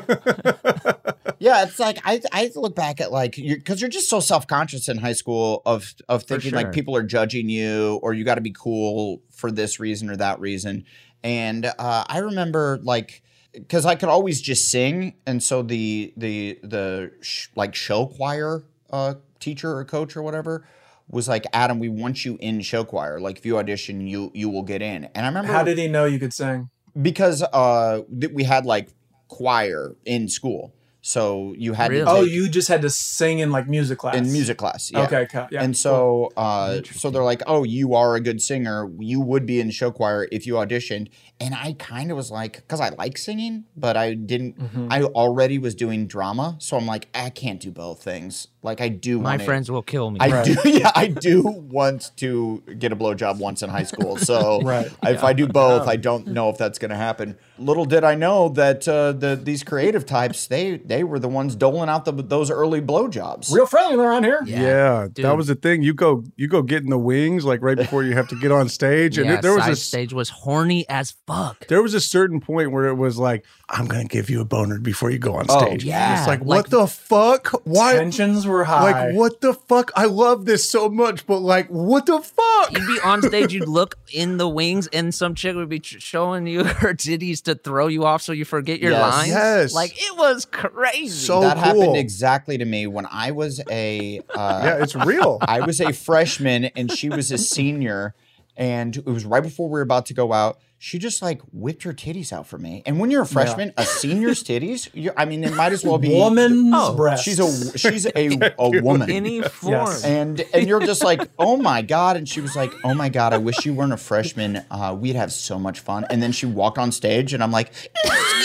D: yeah, it's like I I look back at like because you, are just so self conscious in high school of of thinking
A: sure.
D: like people are judging you or you got to be cool for this reason or that reason, and uh, I remember like because I could always just sing, and so the the the sh- like show choir uh, teacher or coach or whatever was like Adam, we want you in show choir. Like if you audition, you you will get in. And I remember
C: How did he know you could sing?
D: because uh th- we had like choir in school so you had
A: Really?
D: to
C: Oh,
D: take-
C: you just had to sing in like music class.
D: in music class yeah.
C: Okay, co- yeah,
D: and so uh so they're like oh you are a good singer you would be in show choir if you auditioned and i kind of was like because i like singing but i didn't i already was doing drama so i'm like i can't do both things like i do
A: my
D: wanna-
A: friends will kill me
D: I do, yeah, I do want to get a blowjob once in high school. So
C: Right.
D: if I do both, I don't know if that's going to happen. Little did I know that uh, the these creative types they they were the ones doling out the, those early blowjobs.
C: Real friendly around here.
B: Yeah, that
A: dude.
B: was the thing. You go, you go get in the wings like right before you have to get on stage, and
A: yeah,
B: it- there was
A: side
B: a
A: stage was horny as fuck
B: there was a certain point where it was like, I'm gonna give you a boner before you go on
D: Oh,
B: stage.
A: yeah.
B: it's like,
A: Like-
B: what the fuck? Why?
C: Tensions were high.
B: Like, what the fuck? I love this so much, but like, what the fuck?
A: You'd be on stage, you'd look in the wings, and some chick would be tr- showing you her titties to throw you off so you forget your
D: Yes.
A: lines.
B: Yes.
A: Like, it was crazy.
B: So
D: that
B: cool.
D: happened exactly to me when I was a uh,
B: Yeah, it's real.
D: I was a freshman and she was a senior. And it was right before we were about to go out. She just like whipped her titties out for me. And when you're a freshman, a senior's titties, you I mean, it might as well be
C: Woman's
A: Oh,
C: breasts.
D: She's a she's a a woman.
A: Any form.
D: and and you're just like, oh my god! And she was like, oh my god! I wish you weren't a freshman. Uh, we'd have so much fun. And then she walked on stage, and I'm like,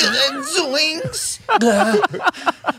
D: Zwings.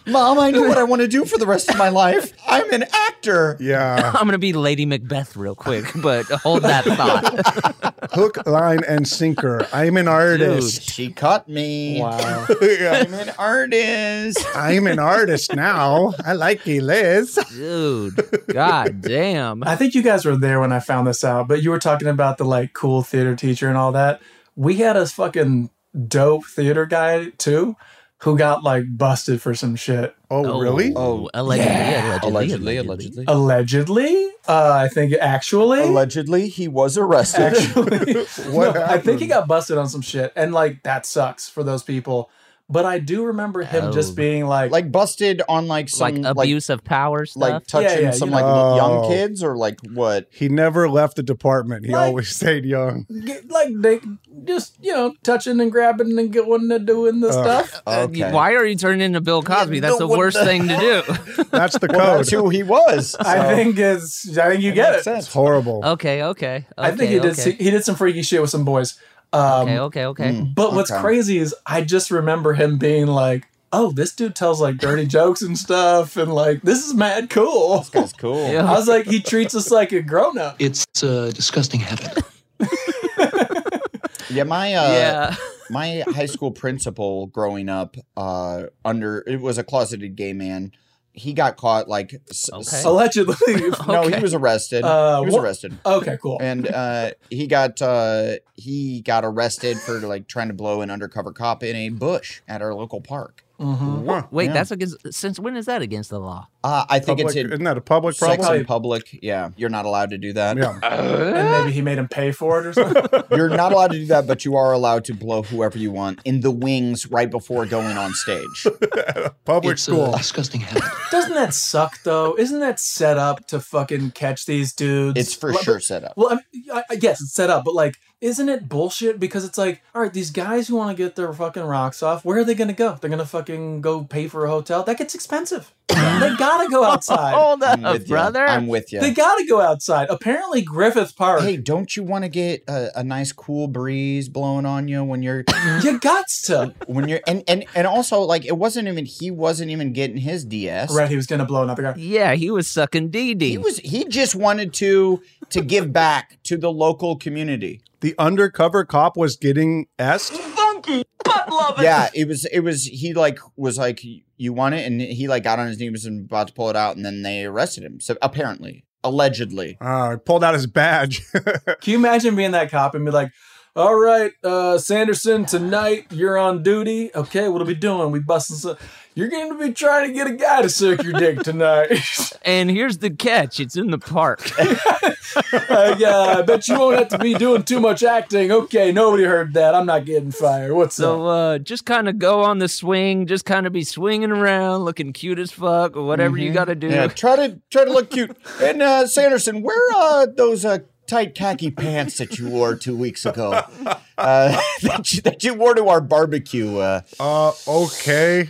D: Mom, I know what I want to do for the rest of my life. I'm an actor.
B: yeah,
A: I'm going to be Lady Macbeth real quick, but hold that thought.
B: hook, line, and sinker. I'm an artist.
D: She cut me.
C: Wow.
B: Yeah.
D: I'm an artist.
B: I'm an artist now. I like you, Liz.
A: Dude, god damn.
C: I think you guys were there when I found this out, but you were talking about the like cool theater teacher and all that. We had a fucking dope theater guy too who got like busted for some shit.
B: Oh, really?
A: Oh, allegedly, allegedly, allegedly.
C: Allegedly, uh, I think actually.
D: Allegedly, he was arrested.
C: actually.
B: What
C: No, I think he
B: happened?
C: got busted on some shit, and like that sucks for those people. But I do remember him just
A: Oh.
C: being like,
D: like busted on like
A: Like
D: some like,
A: abuse of power stuff.
D: like touching
C: Yeah, yeah,
D: some
C: you know.
D: like li-
B: Oh.
D: young kids or like what?
B: He never left the department. He
C: Like-
B: always stayed young.
C: get- like they just you know touching and grabbing and going and doing the stuff.
D: Okay.
A: Why are you turning into Bill Cosby? That's the
D: what
A: worst
D: the-
A: thing to do.
B: That's the
D: Well,
B: code.
D: that's who he was.
C: I think is I think you get it.
D: Makes sense.
B: It's horrible.
A: okay, okay, okay.
C: I think he did
A: Okay,
C: he did some freaky shit with some boys. Um,
A: okay, okay. okay.
D: Mm.
C: But what's
D: Okay.
C: crazy is I just remember him being like, "Oh, this dude tells like dirty jokes and stuff, and like this is mad cool."
D: That's cool. Uh,
A: Yeah.
C: I was like, he treats us like a grown up.
J: It's a disgusting habit.
D: Yeah, my uh,
A: yeah.
D: my high school principal growing up uh, under it was a closeted gay man. He got caught like s-
A: Okay.
D: s-
C: Allegedly,
D: no, he was arrested.
C: Uh,
D: he was
C: what-
D: arrested,
C: okay, cool.
D: and uh, he got uh, he got arrested for like trying to blow an undercover cop in a bush at our local park.
C: Mhm.
B: Huh.
A: Wait,
D: Yeah.
A: that's against. Since when is that against the law?
D: Uh, I think
B: Public-
D: it's in
B: isn't that a public
D: sex
B: problem?
C: Probably.
D: in public. Yeah, you're not allowed to do that.
B: Yeah.
C: And maybe he made him pay for it or something.
D: You're not allowed to do that, but you are allowed to blow whoever you want in the wings right before going on stage.
B: Public
J: it's
B: school.
J: a disgusting habit.
C: Doesn't that suck though? Isn't that set up to fucking catch these dudes?
D: It's for
C: Like,
D: sure set up.
C: Well, I, mean, I, I guess it's set up, but like, isn't it bullshit? Because it's like, all right, these guys who want to get their fucking rocks off, where are they going to go? They're going to fucking go pay for a hotel. That gets expensive. they got to go outside.
A: Hold up,
D: I'm with ya.
A: brother.
D: I'm with you.
C: They got to go outside. Apparently, Griffith Park.
D: hey, don't you want to get a, a nice cool breeze blowing on you when you're
C: You got to.
D: when you're and, and and also like it wasn't even he wasn't even getting his DS.
C: Right, he was going to blow another guy.
A: yeah, he was sucking
D: He
A: DD.
D: was he just wanted to to give back to the local community.
B: The undercover cop was getting s.
D: Yeah, it was it was he like was like you want it?" And he like got on his knees and about to pull it out, and then they arrested him. So apparently, allegedly,
B: Oh, he pulled out his badge.
C: Can you imagine being that cop and be like, all right, uh, Sanderson, tonight you're on duty. Okay, what are we doing? We busting some. You're going to be trying to get a guy to suck your dick tonight.
A: And here's the catch: it's in the park.
C: like, uh, I bet you won't have to be doing too much acting. Okay, nobody heard that. I'm not getting fired. What's up?
A: So uh, just kind of go on the swing, just kind of be swinging around, looking cute as fuck, or whatever you got to do.
D: Mm-hmm. yeah, try to try to look cute. And uh, Sanderson, wear uh, those uh, tight khaki pants that you wore two weeks ago, uh, that, you, that you wore to our barbecue. Uh,
B: uh, okay.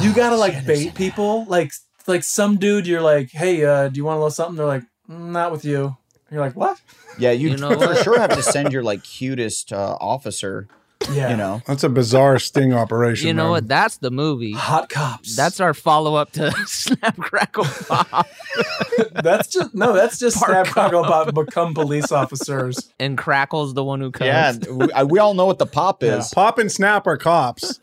C: you gotta like bait people. Like like some dude, you're like, hey, uh, do you want a little something? They're like, "Mm, not with you. And you're like, what?
D: yeah, you,
A: You know
D: for
A: what?
D: sure have to send your like cutest uh, officer.
C: Yeah.
D: You know,
B: That's a bizarre sting operation.
A: You know
B: man.
A: what? That's the movie.
C: Hot cops.
A: That's our follow up to Snap Crackle Pop
C: that's just no. That's just
A: Park
C: snap crackle about become police officers.
A: and Crackle's the one who comes.
D: yeah, we, I- we all know what the pop is.
B: Pop and Snap are cops.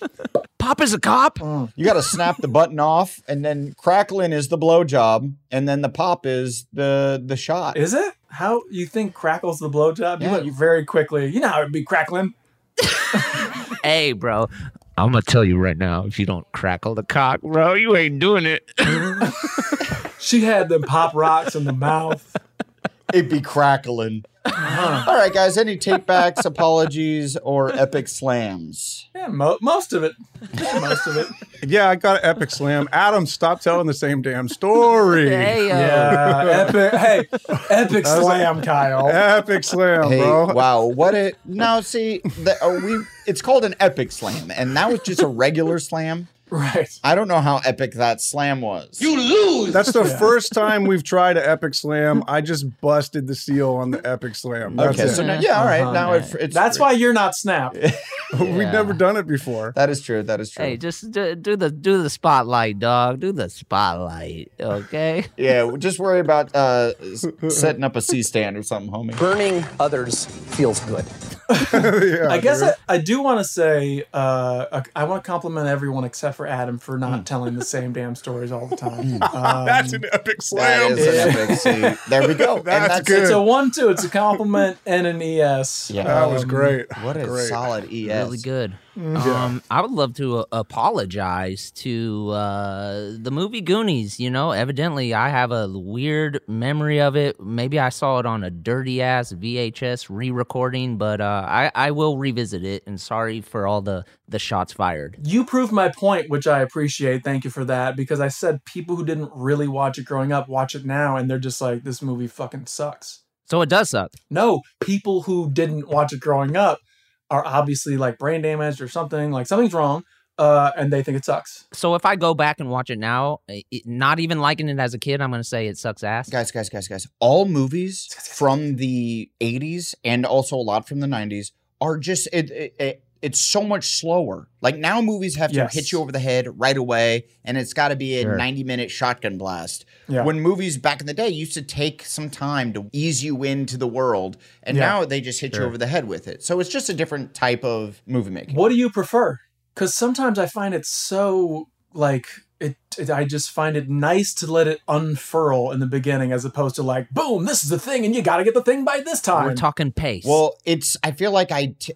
A: Pop is a cop.
D: You got to snap the button off, and then crackling is the blowjob, and then the pop is the the shot.
C: Is it? How you think crackles the blowjob?
D: Yeah.
C: You went very quickly. You know how it'd be crackling.
A: Hey, bro. I'm gonna tell you right now, if you don't crackle the cock, bro, you ain't doing it.
C: She had them pop rocks in the mouth.
D: It'd be crackling. All right, guys. Any takebacks, apologies, or epic slams?
C: Yeah, mo- most of it. Yeah, most of it.
B: yeah, I got an epic slam. Adam, stop telling the same damn story.
A: hey, yo.
C: Yeah, epic. Hey, epic slam, Kyle.
B: Epic slam,
D: Hey,
B: bro.
D: wow, what a now. See, the, uh, we it's called an epic slam, and that was just a regular slam.
C: Right.
D: I don't know how epic that slam was.
B: That's the first time we've tried an epic slam. I just busted the seal on the epic slam. That's
D: okay,
B: it.
D: so now, yeah, all right. Now it, it's
C: That's why you're not snap.
B: We've never done it before.
D: that is true. That is true.
A: Hey, just do, do the do the spotlight, dog. Do the spotlight, okay?
D: yeah, just worry about uh, s- setting up a C stand or something, homie.
H: Burning others feels good.
B: Yeah,
C: I guess
B: dude.
C: I, I do want to say uh, I, want to compliment everyone except for Adam for not telling the same damn stories all the time. Um,
B: that's an epic
D: That
B: slam.
D: is an epic C. There we go. And
B: That's
D: it.
B: good.
C: it's a one two. It's a compliment and an E es.
D: Yeah.
B: That was great.
D: What a
B: great.
D: solid ES.
A: Really good. Um, I would love to uh, apologize to uh, the movie Goonies. You know, evidently I have a weird memory of it. Maybe I saw it on a dirty ass VHS re-recording, but uh, I I will revisit it. And sorry for all the the shots fired.
C: You proved my point, which I appreciate. Thank you for that. Because I said people who didn't really watch it growing up watch it now, and they're just like, this movie fucking sucks.
A: So it does suck.
C: No, people who didn't watch it growing up are obviously like brain damaged or something, like something's wrong, uh, and they think it sucks.
A: So if I go back and watch it now, i- it, not even liking it as a kid, I'm gonna say it sucks ass.
D: Guys, guys, guys, guys. All movies from the 80s and also a lot from the 90s are just it, it, it it's so much slower. Like now movies have to
C: Yes.
D: hit you over the head right away and it's got to be a
A: Sure.
D: 90-minute shotgun blast.
C: Yeah.
D: When movies back in the day used to take some time to ease you into the world and
C: Yeah.
D: now they just hit you over the head with it. So it's just a different type of movie making.
C: What do you prefer? Because sometimes I find it so like it, it. I just find it nice to let it unfurl in the beginning, as opposed to like, boom, this is the thing, and you got to get the thing by this time.
A: We're talking pace.
D: Well, it's. I feel like I. T-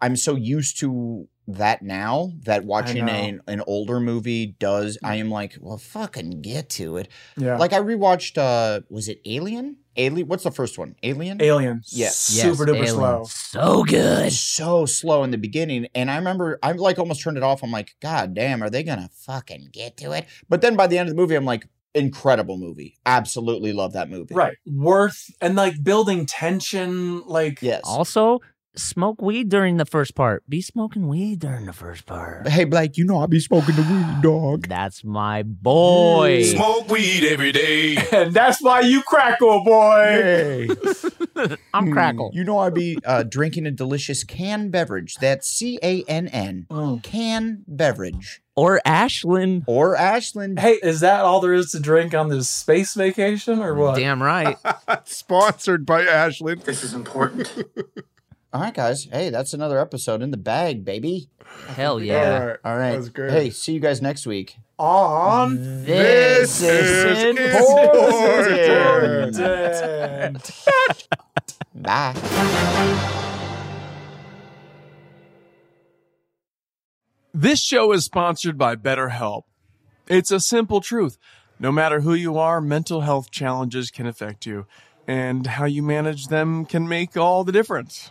D: I'm so used to that now that watching
C: know.
D: an, an older movie does. I am like, well, fucking get to it.
C: yeah,
D: Like I rewatched. uh Was it Alien? Alien. What's the first one? Alien.
C: Alien.
D: Yes.
C: super duper
A: Alien.
C: slow.
A: So good.
D: So slow in the beginning, and I remember I like almost turned it off. I'm like, God damn, are they gonna fucking get to it? But then by the end of the movie, I'm like, incredible movie. Absolutely love that movie.
C: Right, worth and like building tension, like
D: Yes.
A: Also, smoke weed during the first part. Be smoking weed during the first part.
D: Hey Blake, you know I be smoking the weed, dog.
A: That's my boy.
M: Smoke weed every day.
C: and that's why you crackle, boy.
D: Hey.
A: I'm crackle.
D: You know, I'd be uh, drinking a delicious canned beverage. That's C A N N.
C: Mm.
D: Can beverage
A: Or Ashlyn.
D: or Ashland.
C: Hey, is that all there is to drink on this space vacation or what?
A: Damn right.
B: Sponsored by Ashland.
J: This is important.
N: All right, guys. Hey, that's another episode in the bag, baby.
O: Hell yeah.
B: All right.
N: All right.
B: That was great.
N: Hey, see you guys next week.
P: On
O: This
B: is important.
P: important.
N: Bye.
C: This show is sponsored by BetterHelp. It's a simple truth. No matter who you are, mental health challenges can affect you, and how you manage them can make all the difference.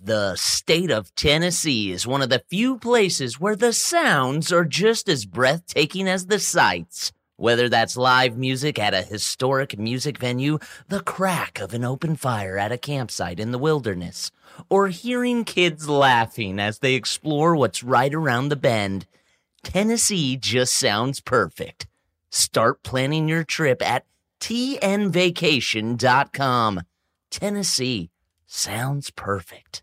A: The state of Tennessee is one of the few places where the sounds are just as breathtaking as the sights. Whether that's live music at a historic music venue, the crack of an open fire at a campsite in the wilderness, or hearing kids laughing as they explore what's right around the bend, Tennessee just sounds perfect. Start planning your trip at tnvacation.com. Tennessee sounds perfect.